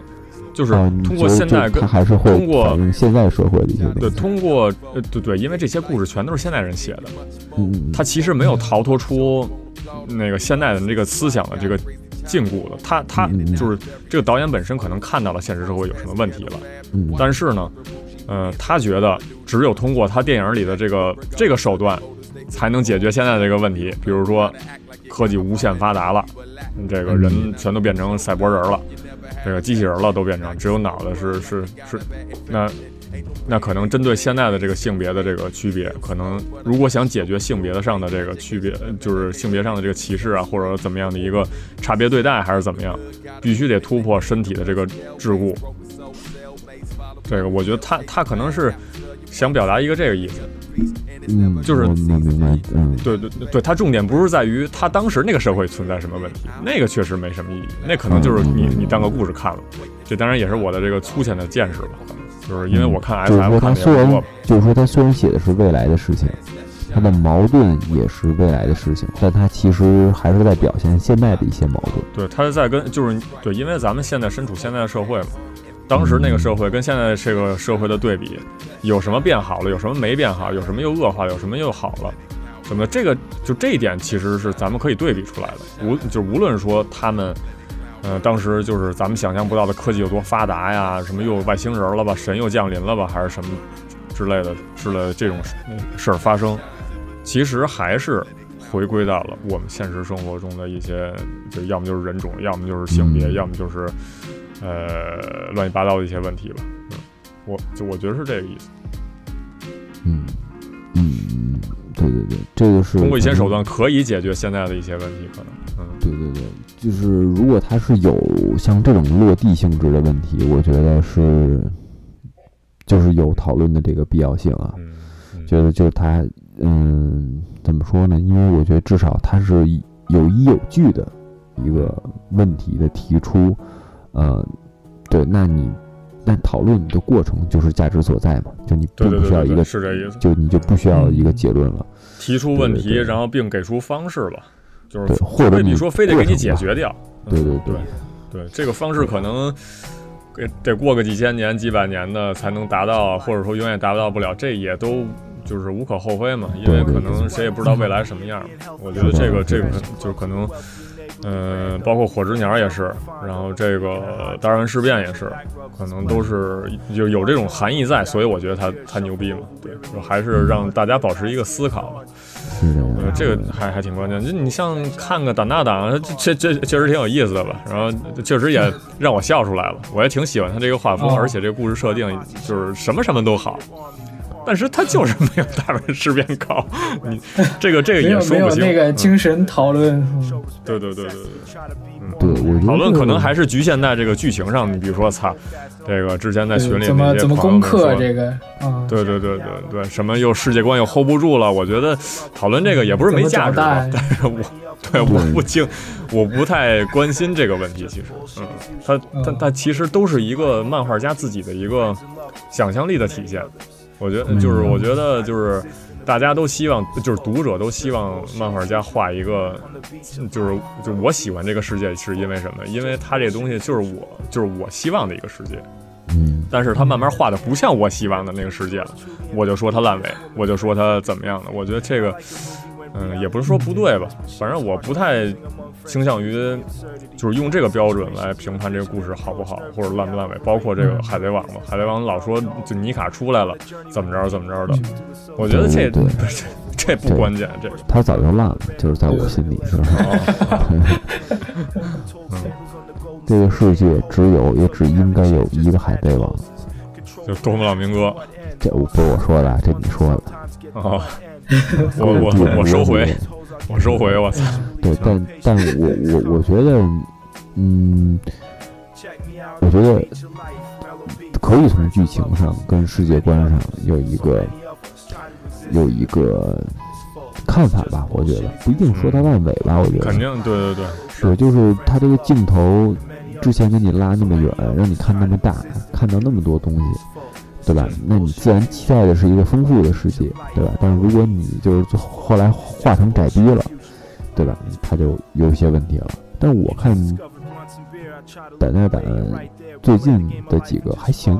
[SPEAKER 2] 就是
[SPEAKER 3] 哦你
[SPEAKER 2] 通过
[SPEAKER 3] 觉得
[SPEAKER 2] 现
[SPEAKER 3] 就
[SPEAKER 2] 在跟
[SPEAKER 3] 他还是会
[SPEAKER 2] 通过
[SPEAKER 3] 反映现在社会的一些
[SPEAKER 2] 对
[SPEAKER 3] 东西，
[SPEAKER 2] 通过呃对对，因为这些故事全都是现代人写的，
[SPEAKER 3] 嗯嗯
[SPEAKER 2] 他其实没有逃脱出那个现代的这个思想的这个禁锢的。他他
[SPEAKER 3] 嗯
[SPEAKER 2] 就是这个导演本身可能看到了现实社会有什么问题了，
[SPEAKER 3] 嗯
[SPEAKER 2] 但是呢，呃，他觉得只有通过他电影里的这个这个手段，才能解决现在的这个问题。比如说，科技无限发达了，这个人全都变成赛博人了，这个机器人了都变成，只有脑袋是是是，那。那可能针对现在的这个性别的这个区别，可能如果想解决性别上的这个区别，呃就是性别上的这个歧视啊，或者怎么样的一个差别对待，还是怎么样，必须得突破身体的这个桎梏。这个我觉得他他可能是想表达一个这个意思，
[SPEAKER 3] 嗯，
[SPEAKER 2] 就是
[SPEAKER 3] 我我明白，嗯，
[SPEAKER 2] 对对对，他重点不是在于他当时那个社会存在什么问题，那个确实没什么意义，那可能就是你你当个故事看了，这当然也是我的这个粗浅的见识吧，可能就是因为我看
[SPEAKER 3] 就
[SPEAKER 2] F F
[SPEAKER 3] 是说
[SPEAKER 2] 看的也
[SPEAKER 3] 他虽
[SPEAKER 2] 不多
[SPEAKER 3] 然
[SPEAKER 2] 吧，
[SPEAKER 3] 就是说他虽然写的是未来的事情，他的矛盾也是未来的事情，但他其实还是在表现现在的一些矛盾。
[SPEAKER 2] 对，他是在跟就是对，因为咱们现在身处现在的社会嘛，当时那个社会跟现在这个社会的对比，有什么变好了，有什么没变好，有什么又恶化了，有什么又好了，什么的这个就这一点其实是咱们可以对比出来的。无就无论说他们，呃，当时就是咱们想象不到的科技有多发达呀，什么又有外星人了吧，神又降临了吧，还是什么之类的之类的这种事事儿发生，其实还是回归到了我们现实生活中的一些，就要么就是人种，要么就是性别，
[SPEAKER 3] 嗯
[SPEAKER 2] 要么就是呃乱七八糟的一些问题吧。嗯，我就我觉得是这个意思，
[SPEAKER 3] 嗯嗯，对对对，这就是
[SPEAKER 2] 通过一些手
[SPEAKER 3] 咱
[SPEAKER 2] 段
[SPEAKER 3] 们
[SPEAKER 2] 可以解决现在的一些问题，可能嗯
[SPEAKER 3] 嗯对对对，就是如果它是有像这种落地性质的问题，我觉得是就是有讨论的这个必要性啊。
[SPEAKER 2] 嗯嗯，
[SPEAKER 3] 觉得就是它，嗯，怎么说呢？因为我觉得至少它是以有依有据的一个问题的提出，呃，对，那你那讨论的过程就是价值所在嘛，就你
[SPEAKER 2] 对对
[SPEAKER 3] 并不
[SPEAKER 2] 对
[SPEAKER 3] 需要
[SPEAKER 2] 对
[SPEAKER 3] 一
[SPEAKER 2] 对
[SPEAKER 3] 个，
[SPEAKER 2] 是这意思，
[SPEAKER 3] 就你就不需要一个结论了，
[SPEAKER 2] 提出问
[SPEAKER 3] 对
[SPEAKER 2] 题，
[SPEAKER 3] 对对
[SPEAKER 2] 然后并给出方式吧，就是
[SPEAKER 3] 对，或者
[SPEAKER 2] 未必
[SPEAKER 3] 你
[SPEAKER 2] 说非得给
[SPEAKER 3] 过
[SPEAKER 2] 你
[SPEAKER 3] 程
[SPEAKER 2] 解
[SPEAKER 3] 吧
[SPEAKER 2] 决掉，嗯
[SPEAKER 3] 对对对
[SPEAKER 2] 对对，这个方式可能给得过个几千年、几百年的才能达到，或者说永远达到不了，这也都就是无可厚非嘛，因为
[SPEAKER 3] 对对
[SPEAKER 2] 可能谁也不知道未来什么样嘛。我觉得这个这个就是可能，呃，包括火之鸟也是，然后这个达尔文事变也是，可能都是有有这种含义在，所以我觉得它它牛逼嘛。对，就还是让大家保持一个思考嘛。
[SPEAKER 3] 是这样
[SPEAKER 2] 呃，，这个还还挺关键。就你像看个胆大党，这这这确实挺有意思的吧？然后确实也让我笑出来了，我也挺喜欢他这个画风，
[SPEAKER 4] 哦
[SPEAKER 2] 而且这个故事设定就是什么什么都好，但是他就是没有大卫事变高。你这个这个
[SPEAKER 4] 没
[SPEAKER 2] 也
[SPEAKER 4] 有
[SPEAKER 2] 说
[SPEAKER 4] 没有
[SPEAKER 2] 不清。
[SPEAKER 4] 那个
[SPEAKER 2] 嗯
[SPEAKER 4] 精神讨论，嗯
[SPEAKER 2] 对对对对对。
[SPEAKER 3] 嗯
[SPEAKER 2] 嗯
[SPEAKER 3] 对，我觉得
[SPEAKER 2] 讨论可能
[SPEAKER 3] 这个
[SPEAKER 2] 还是局限在这个剧情上，你比如说，操，这个之前在群里
[SPEAKER 4] 怎么
[SPEAKER 2] 那些
[SPEAKER 4] 怎么
[SPEAKER 2] 朋友
[SPEAKER 4] 攻
[SPEAKER 2] 们
[SPEAKER 4] 克
[SPEAKER 2] 说
[SPEAKER 4] 这个啊？
[SPEAKER 2] 对对对对对，什么又世界观又 hold 不住了，我觉得讨论这个也不是没价值吧，
[SPEAKER 4] 怎么长大
[SPEAKER 2] 但是我 对我不清，我不太关心这个问题。其实，嗯，它它它其实都是一个漫画家自己的一个想象力的体现。我觉得就是，我觉得就是大家都希望，就是读者都希望漫画家画一个，就是就我喜欢这个世界是因为什么？因为他这东西就是我就是我希望的一个世界。
[SPEAKER 3] 嗯
[SPEAKER 2] 但是他慢慢画的不像我希望的那个世界了，我就说他烂尾，我就说他怎么样了。我觉得这个，嗯，也不是说不对吧，反正我不太倾向于就是用这个标准来评判这个故事好不好或者烂不烂尾。包括这个
[SPEAKER 3] 嗯
[SPEAKER 2] 《海贼王》嘛，《海贼王》老说就尼卡出来了，怎么着怎么着的，我觉得这
[SPEAKER 3] 对对
[SPEAKER 2] 这 这不关键，这个。哦
[SPEAKER 3] 他早就烂了，就是在我心里，是吧？
[SPEAKER 2] 嗯
[SPEAKER 3] 这个世界只有也只应该有一个海贼王。
[SPEAKER 2] 就多姆朗明哥，
[SPEAKER 3] 这我不是我说的啊，这你说的。
[SPEAKER 2] 哦，我我我收回，我收回， 我操！
[SPEAKER 3] 对， 但但我我我觉得，嗯，我觉得可以从剧情上跟世界观上有一个有一个看法吧。我觉得不一定说它烂尾吧，我觉得
[SPEAKER 2] 嗯肯定，对对对，
[SPEAKER 3] 对，就是它这个镜头之前给你拉那么远，让你看那么大，看到那么多东西，对吧？那你自然期待的是一个丰富的世界，对吧？但是如果你就是最后后来画成窄逼了，对吧？它就有一些问题了。但是我看百代版最近的几个还行，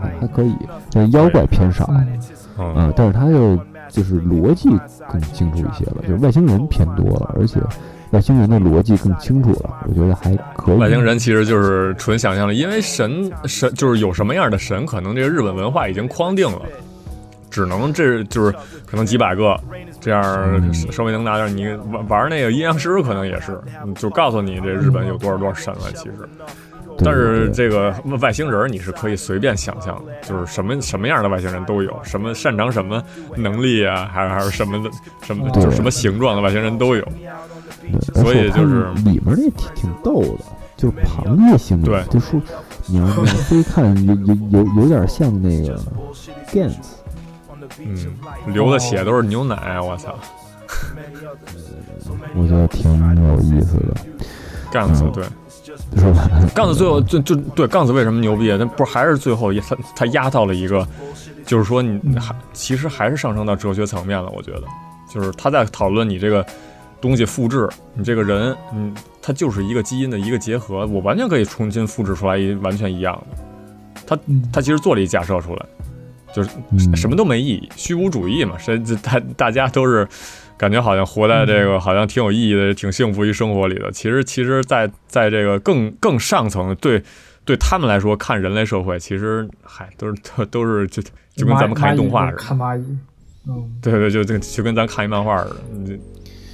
[SPEAKER 3] 还还可以，但是妖怪偏少，
[SPEAKER 2] 嗯
[SPEAKER 3] 嗯，但是它又就是逻辑更清楚一些了，就是外星人偏多了，而且外星人的逻辑更清楚了，我觉得还可以。
[SPEAKER 2] 外星人其实就是纯想象力，因为神神就是有什么样的神，可能这个日本文化已经框定了，只能这就是可能几百个这样稍微能拿点。你玩玩那个阴阳师可能也是，嗯就告诉你这日本有多少多少神了，其实。
[SPEAKER 3] 对，
[SPEAKER 2] 但是
[SPEAKER 3] 对
[SPEAKER 2] 这个外星人你是可以随便想象的，就是什么什么样的外星人都有，什么擅长什么能力啊，还是还是什么的什么
[SPEAKER 3] 对
[SPEAKER 2] 就是什么形状的外星人都有。
[SPEAKER 3] 对
[SPEAKER 2] 所以就是
[SPEAKER 3] 而且我看里面那挺挺逗的，就是螃蟹星
[SPEAKER 2] 对
[SPEAKER 3] 人，就说你要你要非看有有有有点像那个 Gans，
[SPEAKER 2] 嗯，流的血都是牛奶，啊我操，
[SPEAKER 3] 嗯我觉得挺有意思的，
[SPEAKER 2] 干死
[SPEAKER 3] 嗯
[SPEAKER 2] 对。
[SPEAKER 3] 是吧？
[SPEAKER 2] 杠子最后就就对杠子为什么牛逼？他不是还是最后也他他压到了一个，就是说你还其实还是上升到哲学层面了。我觉得，就是他在讨论你这个东西复制，你这个人，嗯，他就是一个基因的一个结合，我完全可以重新复制出来一完全一样的。他
[SPEAKER 4] 嗯
[SPEAKER 2] 他其实做了一假设出来，就是
[SPEAKER 3] 嗯
[SPEAKER 2] 什么都没意义，虚无主义嘛，谁这大大家都是感觉好像活在这个好像挺有意义的、挺幸福一生活里的。其实，其实在，在这个更更上层，对对他们来说，看人类社会，其实嗨，都是都都是就就跟咱们看一动画
[SPEAKER 4] 蚂蚁
[SPEAKER 2] 似的，
[SPEAKER 4] 看蚂蚁，嗯，
[SPEAKER 2] 对对，就就就跟咱看一漫画似的，你就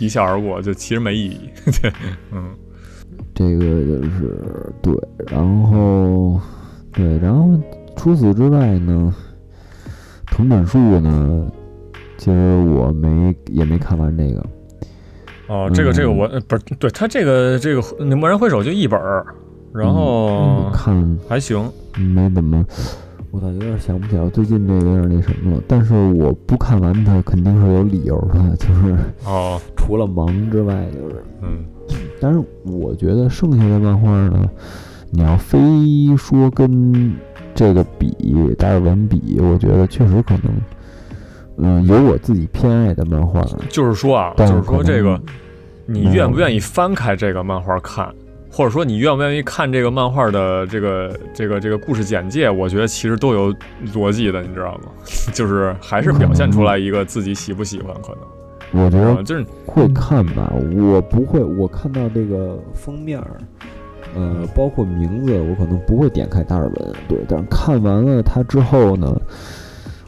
[SPEAKER 2] 一笑而过，就其实没意义。对，嗯，
[SPEAKER 3] 这个就是对，然后对，然后除此之外呢，藤本树呢，其实我没也没看完这个，
[SPEAKER 2] 哦，这个这个我呃不是对他这个这个那蓦然回首就一本儿，
[SPEAKER 3] 嗯
[SPEAKER 2] 然后
[SPEAKER 3] 我看
[SPEAKER 2] 还行，
[SPEAKER 3] 没怎么，我倒有点想不起来，我最近这个有点那什么了。但是我不看完它肯定是有理由的，就是
[SPEAKER 2] 哦，
[SPEAKER 3] 除了忙之外，就是。
[SPEAKER 2] 嗯，
[SPEAKER 3] 但是我觉得剩下的漫画嗯呢，你要非说跟这个比达尔文比，我觉得确实可能，嗯，有我自己偏爱的漫画，
[SPEAKER 2] 就是说啊，就
[SPEAKER 3] 但
[SPEAKER 2] 是
[SPEAKER 3] 可
[SPEAKER 2] 说
[SPEAKER 3] 能
[SPEAKER 2] 这个。你愿不愿意翻开这个漫画看，或者说你愿不愿意看这个漫画的这个这个这个故事简介？我觉得其实都有逻辑的，你知道吗？ 就是还是表现出来一个自己喜不喜欢，可能
[SPEAKER 3] 我觉
[SPEAKER 2] 啊
[SPEAKER 3] 得
[SPEAKER 2] 就是
[SPEAKER 3] 会看吧，我不会，我看到这个封面儿，呃，包括名字，我可能不会点开达尔文。对，但是看完了它之后呢，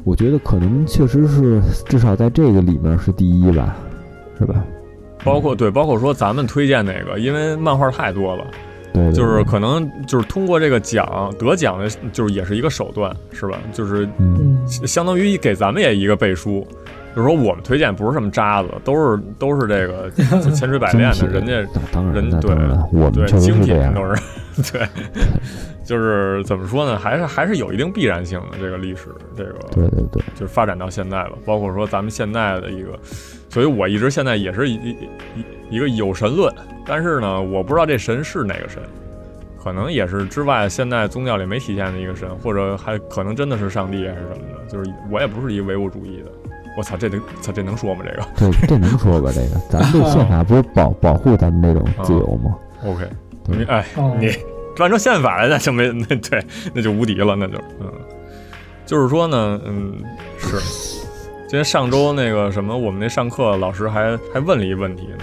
[SPEAKER 3] 我觉得可能确实是至少在这个里面是第一吧，是吧？
[SPEAKER 2] 包括对，包括说咱们推荐哪个，因为漫画太多了，
[SPEAKER 3] 对，对
[SPEAKER 2] 就是
[SPEAKER 3] 对
[SPEAKER 2] 可能就是通过这个奖得奖的，就是也是一个手段，是吧？就是
[SPEAKER 3] 嗯，
[SPEAKER 4] 嗯，
[SPEAKER 2] 相当于给咱们也一个背书，就是说我们推荐不是什么渣子，都是都是这 个就千锤百炼的，
[SPEAKER 3] 精品
[SPEAKER 2] 人家
[SPEAKER 3] 那当然
[SPEAKER 2] 人
[SPEAKER 3] 那
[SPEAKER 2] 对
[SPEAKER 3] 当然，我们
[SPEAKER 2] 对，
[SPEAKER 3] 确实
[SPEAKER 2] 精
[SPEAKER 3] 是
[SPEAKER 2] 品
[SPEAKER 3] 这样，
[SPEAKER 2] 都是， 对，就是怎么说呢，还是还是有一定必然性的这个历史，这个
[SPEAKER 3] 对对对，
[SPEAKER 2] 就是发展到现在吧，包括说咱们现在的一个，所以我一直现在也是一一一一个有神论，但是呢，我不知道这神是哪个神，可能也是之外现在宗教里没体现的一个神，或者还可能真的是上帝还是什么的，就是我也不是一唯物主义的，我操，这能操这能说吗？这个
[SPEAKER 3] 这这能说吧？这个咱 们这宪法不是保保护咱们这
[SPEAKER 2] 啊
[SPEAKER 3] 种自由吗？
[SPEAKER 2] OK，
[SPEAKER 3] 对
[SPEAKER 2] 你哎，
[SPEAKER 4] 哦
[SPEAKER 2] 你按照宪法来，那就没那对，那就无敌了，那就嗯，就是说呢，嗯，是。今天上周那个什么，我们那上课老师还还问了一问题呢，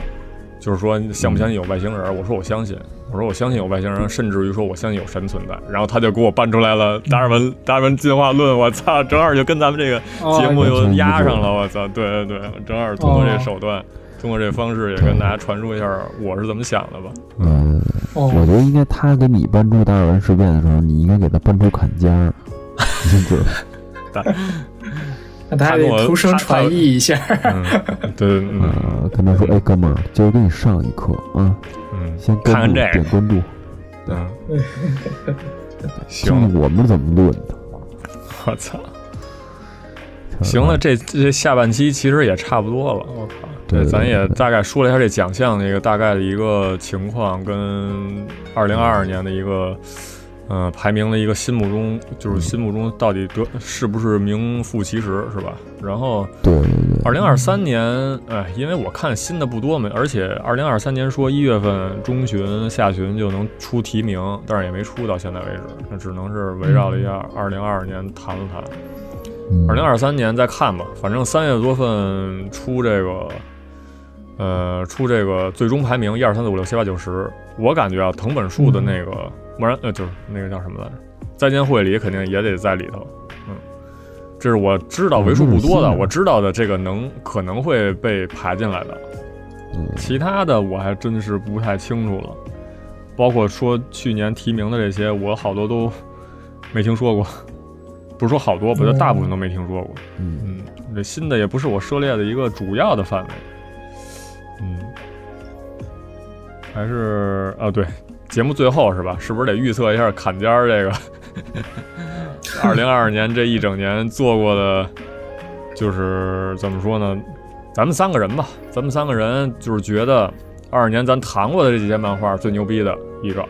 [SPEAKER 2] 就是说相不相信有外星人？我说我相信，我说我相信有外星人，甚至于说我相信有神存在。然后他就给我搬出来了达尔文达尔文进化论，我操，正好就跟咱们这个节目
[SPEAKER 4] 哦
[SPEAKER 2] 又压上了，我操，对对对，正好通过这
[SPEAKER 4] 哦
[SPEAKER 2] 手段，通过这方式也跟大家传输一下我是怎么想的吧。
[SPEAKER 3] 嗯，我
[SPEAKER 4] 哦，
[SPEAKER 3] 觉得应该他给你搬出达尔文事变的时候，你应该给他搬出坎肩儿，你知道
[SPEAKER 2] 但
[SPEAKER 4] 那他还
[SPEAKER 2] 他跟
[SPEAKER 4] 得
[SPEAKER 2] 我
[SPEAKER 4] 图声
[SPEAKER 2] 他他
[SPEAKER 4] 传译一下。
[SPEAKER 2] 嗯，对，嗯
[SPEAKER 3] 啊，跟他说，哎，哥们儿，今儿给你上一课啊，
[SPEAKER 2] 嗯，
[SPEAKER 3] 先关注
[SPEAKER 2] 看看这
[SPEAKER 3] 点
[SPEAKER 2] 个，
[SPEAKER 3] 关注，
[SPEAKER 2] 嗯，
[SPEAKER 3] 听
[SPEAKER 2] 行，
[SPEAKER 3] 听我们怎么论的。
[SPEAKER 2] 我操，行了，这这下半期其实也差不多了，我靠，
[SPEAKER 3] 对
[SPEAKER 2] 这咱
[SPEAKER 3] 对
[SPEAKER 2] 也
[SPEAKER 3] 对
[SPEAKER 2] 大概说了一下这奖项的一个大概的一个情况，跟二零二二年的一个。嗯、排名的一个心目中就是心目中到底得是不是名副其实，是吧？然后
[SPEAKER 3] 对对对，
[SPEAKER 2] 二零二三年，哎，因为我看新的不多嘛，而且二零二三年说一月份中旬、下旬就能出提名，但是也没出到现在为止，那只能是围绕了一下二零二二年谈了谈。
[SPEAKER 3] 嗯
[SPEAKER 2] 二零二三年再看吧，反正三月多份出这个，呃，出这个最终排名一二三四五六七八九十，我感觉啊，藤本树的那个不然呃，就是那个叫什么来着，再见会里肯定也得在里头，嗯，这是我知道为数不多的，
[SPEAKER 3] 嗯那是新的
[SPEAKER 2] 我知道的这个能可能会被排进来的，
[SPEAKER 3] 嗯
[SPEAKER 2] 其他的我还真是不太清楚了，包括说去年提名的这些，我好多都没听说过， 不是说好多吧，就大部分都没听说过。
[SPEAKER 3] 嗯，
[SPEAKER 2] 嗯，这新的也不是我涉猎的一个主要的范围。嗯，还是啊，对，节目最后是吧？是不是得预测一下砍尖儿这个？二零二二年这一整年做过的，就是怎么说呢？咱们三个人吧，咱们三个人就是觉得二二年咱谈过的这几篇漫画最牛逼的一个，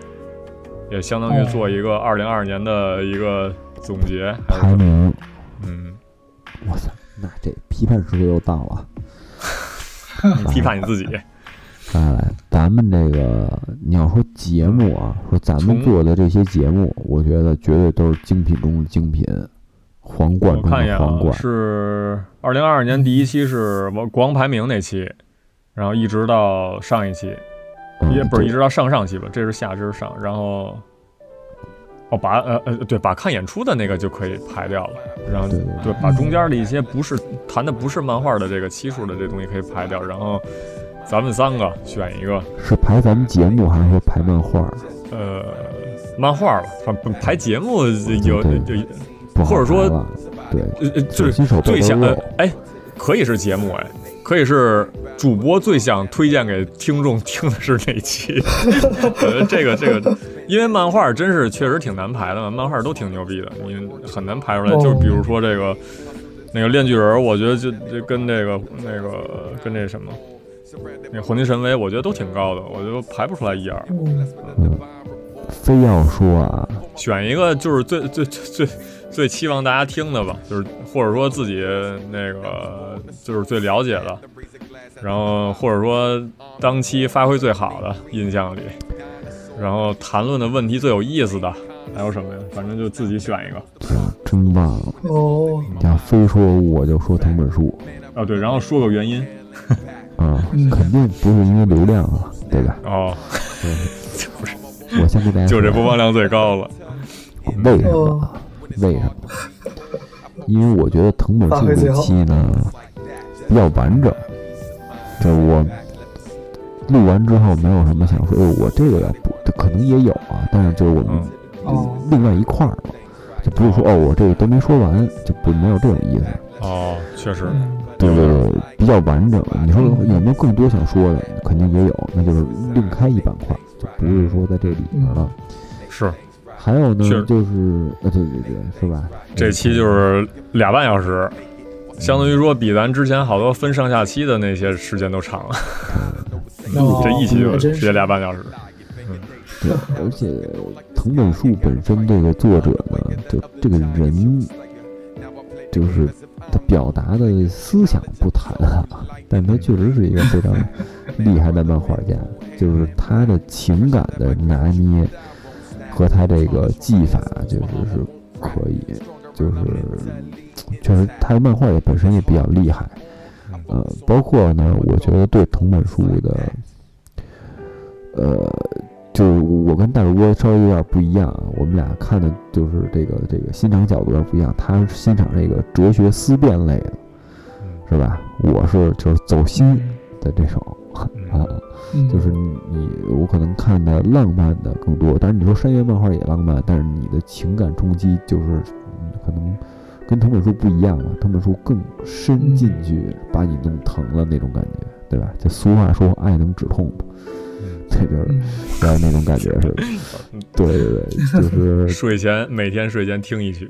[SPEAKER 2] 也相当于
[SPEAKER 4] 哦
[SPEAKER 2] 做一个二零二二年的一个总结，还是
[SPEAKER 3] 排名，
[SPEAKER 2] 嗯，
[SPEAKER 3] 我操，那这批判时刻又到了。
[SPEAKER 2] 你批判你自己。
[SPEAKER 3] 来来，呃咱们这个你要说节目啊，说咱们
[SPEAKER 2] 从
[SPEAKER 3] 做的这些节目，我觉得绝对都是精品中的精品，皇冠
[SPEAKER 2] 我
[SPEAKER 3] 中
[SPEAKER 2] 看一眼
[SPEAKER 3] 的皇
[SPEAKER 2] 啊，
[SPEAKER 3] 冠。
[SPEAKER 2] 是二零二二年第一期是王国王排名那期，然后一直到上一期，
[SPEAKER 3] 嗯
[SPEAKER 2] 也不是
[SPEAKER 3] 对
[SPEAKER 2] 一直到上上期吧，这是下，这是上，然后哦把呃呃对，把看演出的那个就可以排掉了，然后
[SPEAKER 3] 对对
[SPEAKER 2] 对，把中间的一些不是谈的不是漫画的这个期数的这东西可以排掉，然后咱们三个选一个，
[SPEAKER 3] 是排咱们节目还是说排漫画？
[SPEAKER 2] 呃，漫画吧，反正排节目有
[SPEAKER 3] 嗯对
[SPEAKER 2] 有。
[SPEAKER 3] 不好
[SPEAKER 2] 或者说
[SPEAKER 3] 排了对，
[SPEAKER 2] 呃，呃，就是
[SPEAKER 3] 手机手背
[SPEAKER 2] 最想
[SPEAKER 3] 都有
[SPEAKER 2] 呃，哎，可以是节目哎，可以是主播最想推荐给听众听的是哪期？ 我觉得这个这个，因为漫画真是确实挺难排的嘛，漫画都挺牛逼的，你很难排出来。
[SPEAKER 4] 哦
[SPEAKER 2] 就是比如说这个那个炼巨人，我觉得就就跟这个那个跟这什么。那个火金神威，我觉得都挺高的，我就排不出来一二。
[SPEAKER 3] 非要说啊，
[SPEAKER 2] 选一个就是最最最最最期望大家听的吧，就是或者说自己那个就是最了解的，然后或者说当期发挥最好的印象里，然后谈论的问题最有意思的，还有什么呀？反正就自己选一个。
[SPEAKER 3] 真忘了。
[SPEAKER 4] 哦，
[SPEAKER 3] 你要非说我就说藤本树
[SPEAKER 2] 哦，对，然后说个原因。
[SPEAKER 3] 啊，
[SPEAKER 4] 嗯
[SPEAKER 3] 肯定不是因为流量啊，对吧？
[SPEAKER 2] 哦，
[SPEAKER 3] 我先给大家
[SPEAKER 2] 就这
[SPEAKER 3] 说
[SPEAKER 2] 播放量最高了。
[SPEAKER 3] 为什么
[SPEAKER 4] 哦，
[SPEAKER 3] 为什么？因为我觉得藤本
[SPEAKER 4] 发
[SPEAKER 3] 树
[SPEAKER 4] 挥最
[SPEAKER 3] 这
[SPEAKER 4] 好
[SPEAKER 3] 期呢比较完整，这我录完之后没有什么想说，哎，我这个要补，可能也有啊，但是就是我们
[SPEAKER 2] 嗯
[SPEAKER 4] 哦，
[SPEAKER 3] 另外一块儿了，就不是说哦，我这个都没说完，就不没有这种意思，
[SPEAKER 2] 哦，确实，
[SPEAKER 4] 嗯，
[SPEAKER 3] 对对对，比较完整。你说有没有更多想说的？肯定也有，那就是另开一板块，就不是说在这里边了。
[SPEAKER 2] 是
[SPEAKER 3] 还有呢
[SPEAKER 2] 确实，
[SPEAKER 3] 就是呃，对对对，是吧？
[SPEAKER 2] 这期就是俩半小时，相当于说比咱之前好多分上下期的那些时间都长了。
[SPEAKER 4] 哦
[SPEAKER 2] 这一期就
[SPEAKER 4] 还真
[SPEAKER 2] 直接
[SPEAKER 4] 是
[SPEAKER 2] 俩半小时。
[SPEAKER 3] 对，而且藤本树本身这个作者呢，就这个人，就是他表达的思想不谈啊，但他确实是一个非常厉害的漫画家，就是他的情感的拿捏和他这个技法，确实是可以，就是确实他漫画也本身也比较厉害，呃，包括呢，我觉得对藤本树的，呃，就是我跟大主播稍微有点不一样，啊，我们俩看的就是这个这个欣赏角度有点不一样，他是欣赏这个哲学思辨类的，是吧？我是就是走心的这种啊，
[SPEAKER 4] 嗯
[SPEAKER 3] 就是你你我可能看的浪漫的更多，当然你说山岳漫画也浪漫，但是你的情感冲击就是、嗯可能跟藤本树不一样了，藤本树更深进去，把你弄疼了那种感觉，对吧？这俗话说“爱能止痛”嘛， 这就是
[SPEAKER 4] 嗯
[SPEAKER 3] 然后那种感觉是吧， 对对对，就是
[SPEAKER 2] 睡前每天睡前听一曲，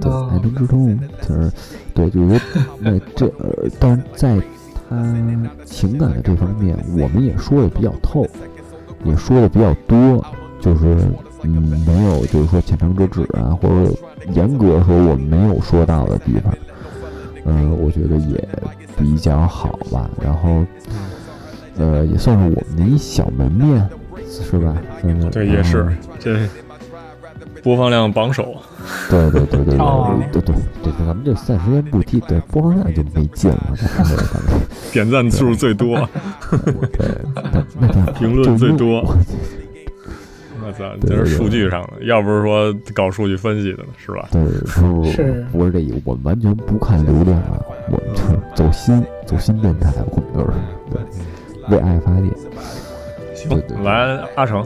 [SPEAKER 3] 对，
[SPEAKER 4] 哦
[SPEAKER 3] 癌症之痛，就是对，就是说，那这，呃但是在他情感的这方面，我们也说的比较透，也说的比较多，就是嗯，没有就是说浅尝辄止啊，或者严格说我们没有说到的地方，呃，我觉得也比较好吧，然后。呃，也算是我们的一小门面，是吧？算是
[SPEAKER 2] 对，也是
[SPEAKER 3] 嗯
[SPEAKER 2] 这播放量榜首，
[SPEAKER 3] 对对对对对
[SPEAKER 4] 哦
[SPEAKER 3] 对对对对，咱们这暂时先不提，对播放量就没劲了，咱们咱们
[SPEAKER 2] 点赞次数最多，
[SPEAKER 3] 对，那那咱
[SPEAKER 2] 评论最多
[SPEAKER 3] 就
[SPEAKER 2] 我操，
[SPEAKER 3] 对
[SPEAKER 2] 这是
[SPEAKER 3] 对
[SPEAKER 2] 数据上的，要不是说搞数据分析的呢，是吧？
[SPEAKER 3] 对，不
[SPEAKER 4] 是
[SPEAKER 3] 不是这意思，我们完全不看流量啊，我们就是走心走心电台，我们都是对为爱发电，对对对
[SPEAKER 2] 来，阿成，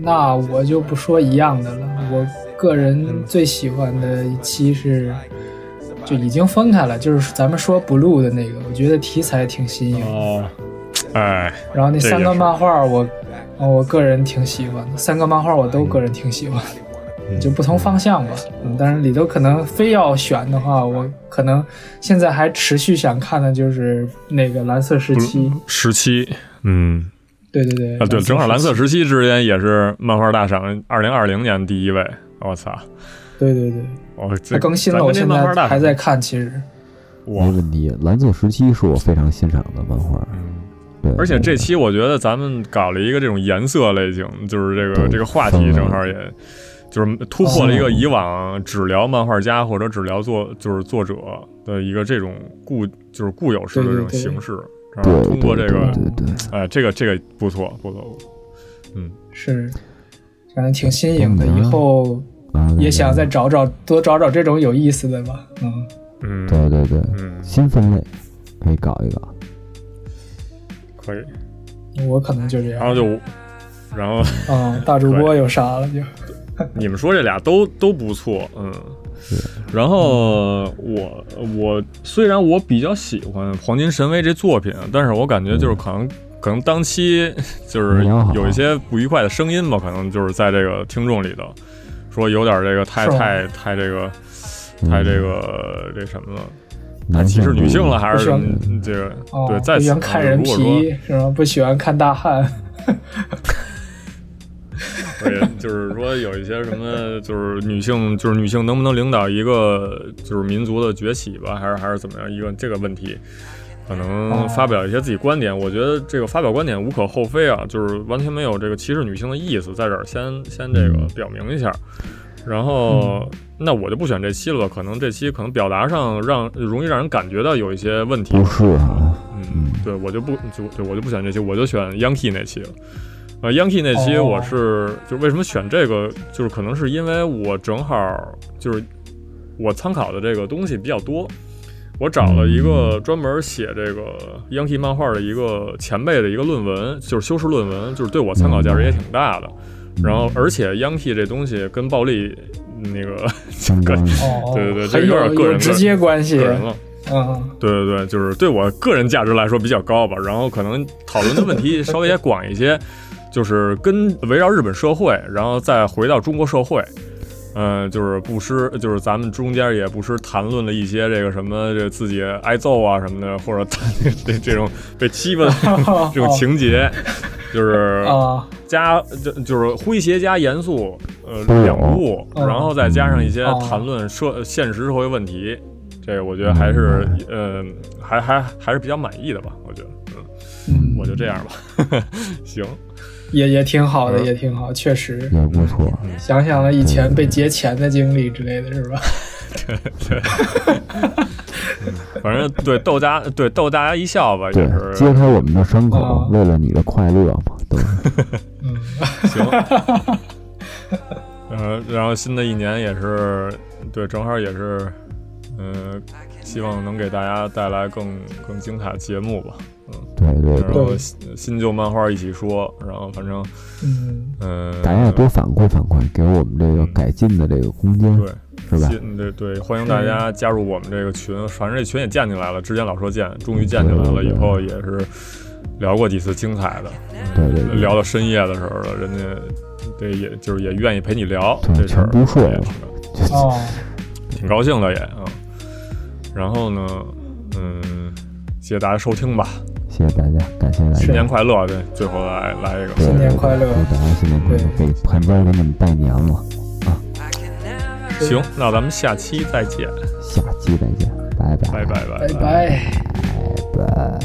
[SPEAKER 4] 那我就不说一样的了。我个
[SPEAKER 2] 嗯
[SPEAKER 4] 人最喜欢的一期是，就已经分开了，就是咱们说 blue 的那个，我觉得题材挺新颖。
[SPEAKER 2] 哦，哎，
[SPEAKER 4] 然后那
[SPEAKER 2] 这
[SPEAKER 4] 三
[SPEAKER 2] 也
[SPEAKER 4] 个
[SPEAKER 2] 是
[SPEAKER 4] 漫画我，哦我个人挺喜欢的，三个漫画我都个人挺喜欢，就不同方向吧。嗯，但是里头可能非要选的话，我可能现在还持续想看的就是那个蓝色时期。
[SPEAKER 2] 十七，嗯，
[SPEAKER 4] 对对对，
[SPEAKER 2] 啊，对，
[SPEAKER 4] 时
[SPEAKER 2] 正好蓝色
[SPEAKER 4] 期。
[SPEAKER 2] 时期之间也是漫画大赏二零二零年第一位，我操，
[SPEAKER 4] 对对对，
[SPEAKER 2] 我
[SPEAKER 4] 它
[SPEAKER 2] 这
[SPEAKER 4] 更新
[SPEAKER 2] 咱
[SPEAKER 4] 了，
[SPEAKER 2] 们
[SPEAKER 4] 我
[SPEAKER 2] 这
[SPEAKER 4] 现
[SPEAKER 2] 漫画
[SPEAKER 4] 在
[SPEAKER 2] 大
[SPEAKER 4] 还
[SPEAKER 2] 赏
[SPEAKER 4] 在看，其实。
[SPEAKER 2] 哇
[SPEAKER 3] 没，问题。蓝色时期是我非常欣赏的漫画，
[SPEAKER 2] 嗯
[SPEAKER 3] 对，
[SPEAKER 2] 而且这期我觉得咱们搞了一个这种颜色类型，就是这个
[SPEAKER 3] 对
[SPEAKER 2] 这个话题正好也，就是突破了一个以往只聊漫画家或者只聊作就是作者的一个这种固就是固有式的这种
[SPEAKER 4] 对对对
[SPEAKER 2] 形式。然
[SPEAKER 3] 对
[SPEAKER 2] 后
[SPEAKER 3] 对
[SPEAKER 2] 通过这
[SPEAKER 3] 对
[SPEAKER 2] 个，
[SPEAKER 3] 对对，
[SPEAKER 2] 哎，这个这个不错不错不错，
[SPEAKER 4] 是，感觉挺新颖的。
[SPEAKER 3] 嗯
[SPEAKER 4] 以后
[SPEAKER 3] 啊，
[SPEAKER 4] 也想再找找，多找找这种有意思的吧。嗯，
[SPEAKER 2] 嗯
[SPEAKER 3] 对对对，
[SPEAKER 2] 嗯，
[SPEAKER 3] 新分类可以搞一搞，
[SPEAKER 2] 可以。
[SPEAKER 4] 我可能就这
[SPEAKER 2] 然
[SPEAKER 4] 样。
[SPEAKER 2] 后就，然后
[SPEAKER 4] 嗯，大主播有啥了就？
[SPEAKER 2] 你们说这俩都都不错，嗯。然后我我虽然我比较喜欢《黄金神威》这作品，但是我感觉
[SPEAKER 3] 嗯
[SPEAKER 2] 就是可能、可能当期就是有一些不愉快的声音吧，可能就是在这个听众里头说有点这个太
[SPEAKER 4] 是吗
[SPEAKER 2] 太太这个
[SPEAKER 3] 嗯
[SPEAKER 2] 太这个这什么了，太
[SPEAKER 3] 男
[SPEAKER 2] 歧视女性了还是什么
[SPEAKER 4] 不
[SPEAKER 2] 这个
[SPEAKER 4] 哦，
[SPEAKER 2] 对，
[SPEAKER 4] 不
[SPEAKER 2] 在
[SPEAKER 4] 喜
[SPEAKER 2] 此
[SPEAKER 4] 欢看人
[SPEAKER 2] 如果说
[SPEAKER 4] 皮是吗？不喜欢看大汉。
[SPEAKER 2] 对，就是说有一些什么，就是女性，就是女性能不能领导一个就是民族的崛起吧，还是还是怎么样一个这个问题，可能发表一些自己观点。我觉得这个发表观点无可厚非啊，就是完全没有这个歧视女性的意思，在这儿先先这个表明一下。然后，那我就不选这期了吧，可能这期可能表达上让容易让人感觉到有一些问题吧。
[SPEAKER 3] 不是啊，
[SPEAKER 2] 嗯，对我就不就对我就不选这期，我就选 Yankee 那期了。呃，Yankee 那期
[SPEAKER 4] 哦
[SPEAKER 2] 我是、就为什么选这个，就是可能是因为我正好就是我参考的这个东西比较多，我找了一个专门写这个 Yankee 漫画的一个前辈的一个论文，就是修饰论文，就是对我参考价值也挺大的。然后，而且 Yankee 这东西跟暴力那个
[SPEAKER 3] 相关的
[SPEAKER 4] 哦，
[SPEAKER 2] 对对对
[SPEAKER 4] 还
[SPEAKER 2] 这有点
[SPEAKER 4] 有
[SPEAKER 2] 个人
[SPEAKER 4] 有
[SPEAKER 2] 的
[SPEAKER 4] 直接关系
[SPEAKER 2] 个。人了。
[SPEAKER 4] 嗯，
[SPEAKER 2] 对对对，就是对我个人价值来说比较高吧，然后可能讨论的问题稍微也广一些，就是跟围绕日本社会，然后再回到中国社会，嗯、就是不失，就是咱们中间也不失谈论了一些这个什么这自己挨揍啊什么的，或者 这这种被欺负的 这种情节，就是
[SPEAKER 4] 哦啊，
[SPEAKER 2] 加就就是诙谐加严肃，呃
[SPEAKER 3] 都有
[SPEAKER 2] 两部，
[SPEAKER 4] 嗯
[SPEAKER 2] 然后再加上一些
[SPEAKER 4] 哦
[SPEAKER 2] 谈论社现实社会问题，这个我觉得还是呃
[SPEAKER 3] 嗯
[SPEAKER 2] 还还还是比较满意的吧，我觉得，嗯，
[SPEAKER 4] 嗯，
[SPEAKER 2] 我就这样吧， 行，
[SPEAKER 4] 也也挺好的，
[SPEAKER 2] 嗯
[SPEAKER 4] 也挺好，确实。
[SPEAKER 3] 也不错，
[SPEAKER 4] 想想了以前被劫钱的经历之类的是吧？
[SPEAKER 2] 反正对逗大家对逗大家一笑吧，
[SPEAKER 3] 对
[SPEAKER 2] 也，是
[SPEAKER 3] 揭开我们的伤口
[SPEAKER 4] 啊，
[SPEAKER 3] 为了你的快乐嘛，都是
[SPEAKER 4] 嗯，
[SPEAKER 2] 行，呃，然后新的一年也是对，正好也是，呃嗯、希望能给大家带来更更精彩的节目吧，
[SPEAKER 3] 对，对对
[SPEAKER 2] 然
[SPEAKER 3] 对，
[SPEAKER 2] 后新新旧漫画一起说，然后反正
[SPEAKER 4] 嗯，
[SPEAKER 2] 呃，
[SPEAKER 3] 大家也多反馈反馈，给我们这个改进的这个空间，
[SPEAKER 2] 对。
[SPEAKER 3] 是吧？
[SPEAKER 2] 新对对，欢迎大家加入我们这个群，反正这群也建进来了，之前老说建，终于建进来了，以后也是聊过几次精彩的，
[SPEAKER 3] 对对对，
[SPEAKER 2] 聊到深夜的时候了，人家这也就是也愿意陪你聊
[SPEAKER 3] 对
[SPEAKER 2] 这事儿，
[SPEAKER 3] 全不睡了
[SPEAKER 2] 也
[SPEAKER 3] 就
[SPEAKER 4] 哦，
[SPEAKER 2] 挺挺高兴的也啊、然后呢，嗯，谢谢大家收听吧，
[SPEAKER 3] 谢谢大家，感谢大
[SPEAKER 2] 新年
[SPEAKER 3] 家。
[SPEAKER 2] 快乐！对，最后来来一个，
[SPEAKER 3] 对
[SPEAKER 4] 新年快乐
[SPEAKER 3] 祝大家新年快乐！给盘哥给你们拜年了，
[SPEAKER 2] 行，那咱们下期再见，
[SPEAKER 3] 下期再见，拜拜
[SPEAKER 2] 拜拜
[SPEAKER 4] 拜拜。
[SPEAKER 3] 拜拜。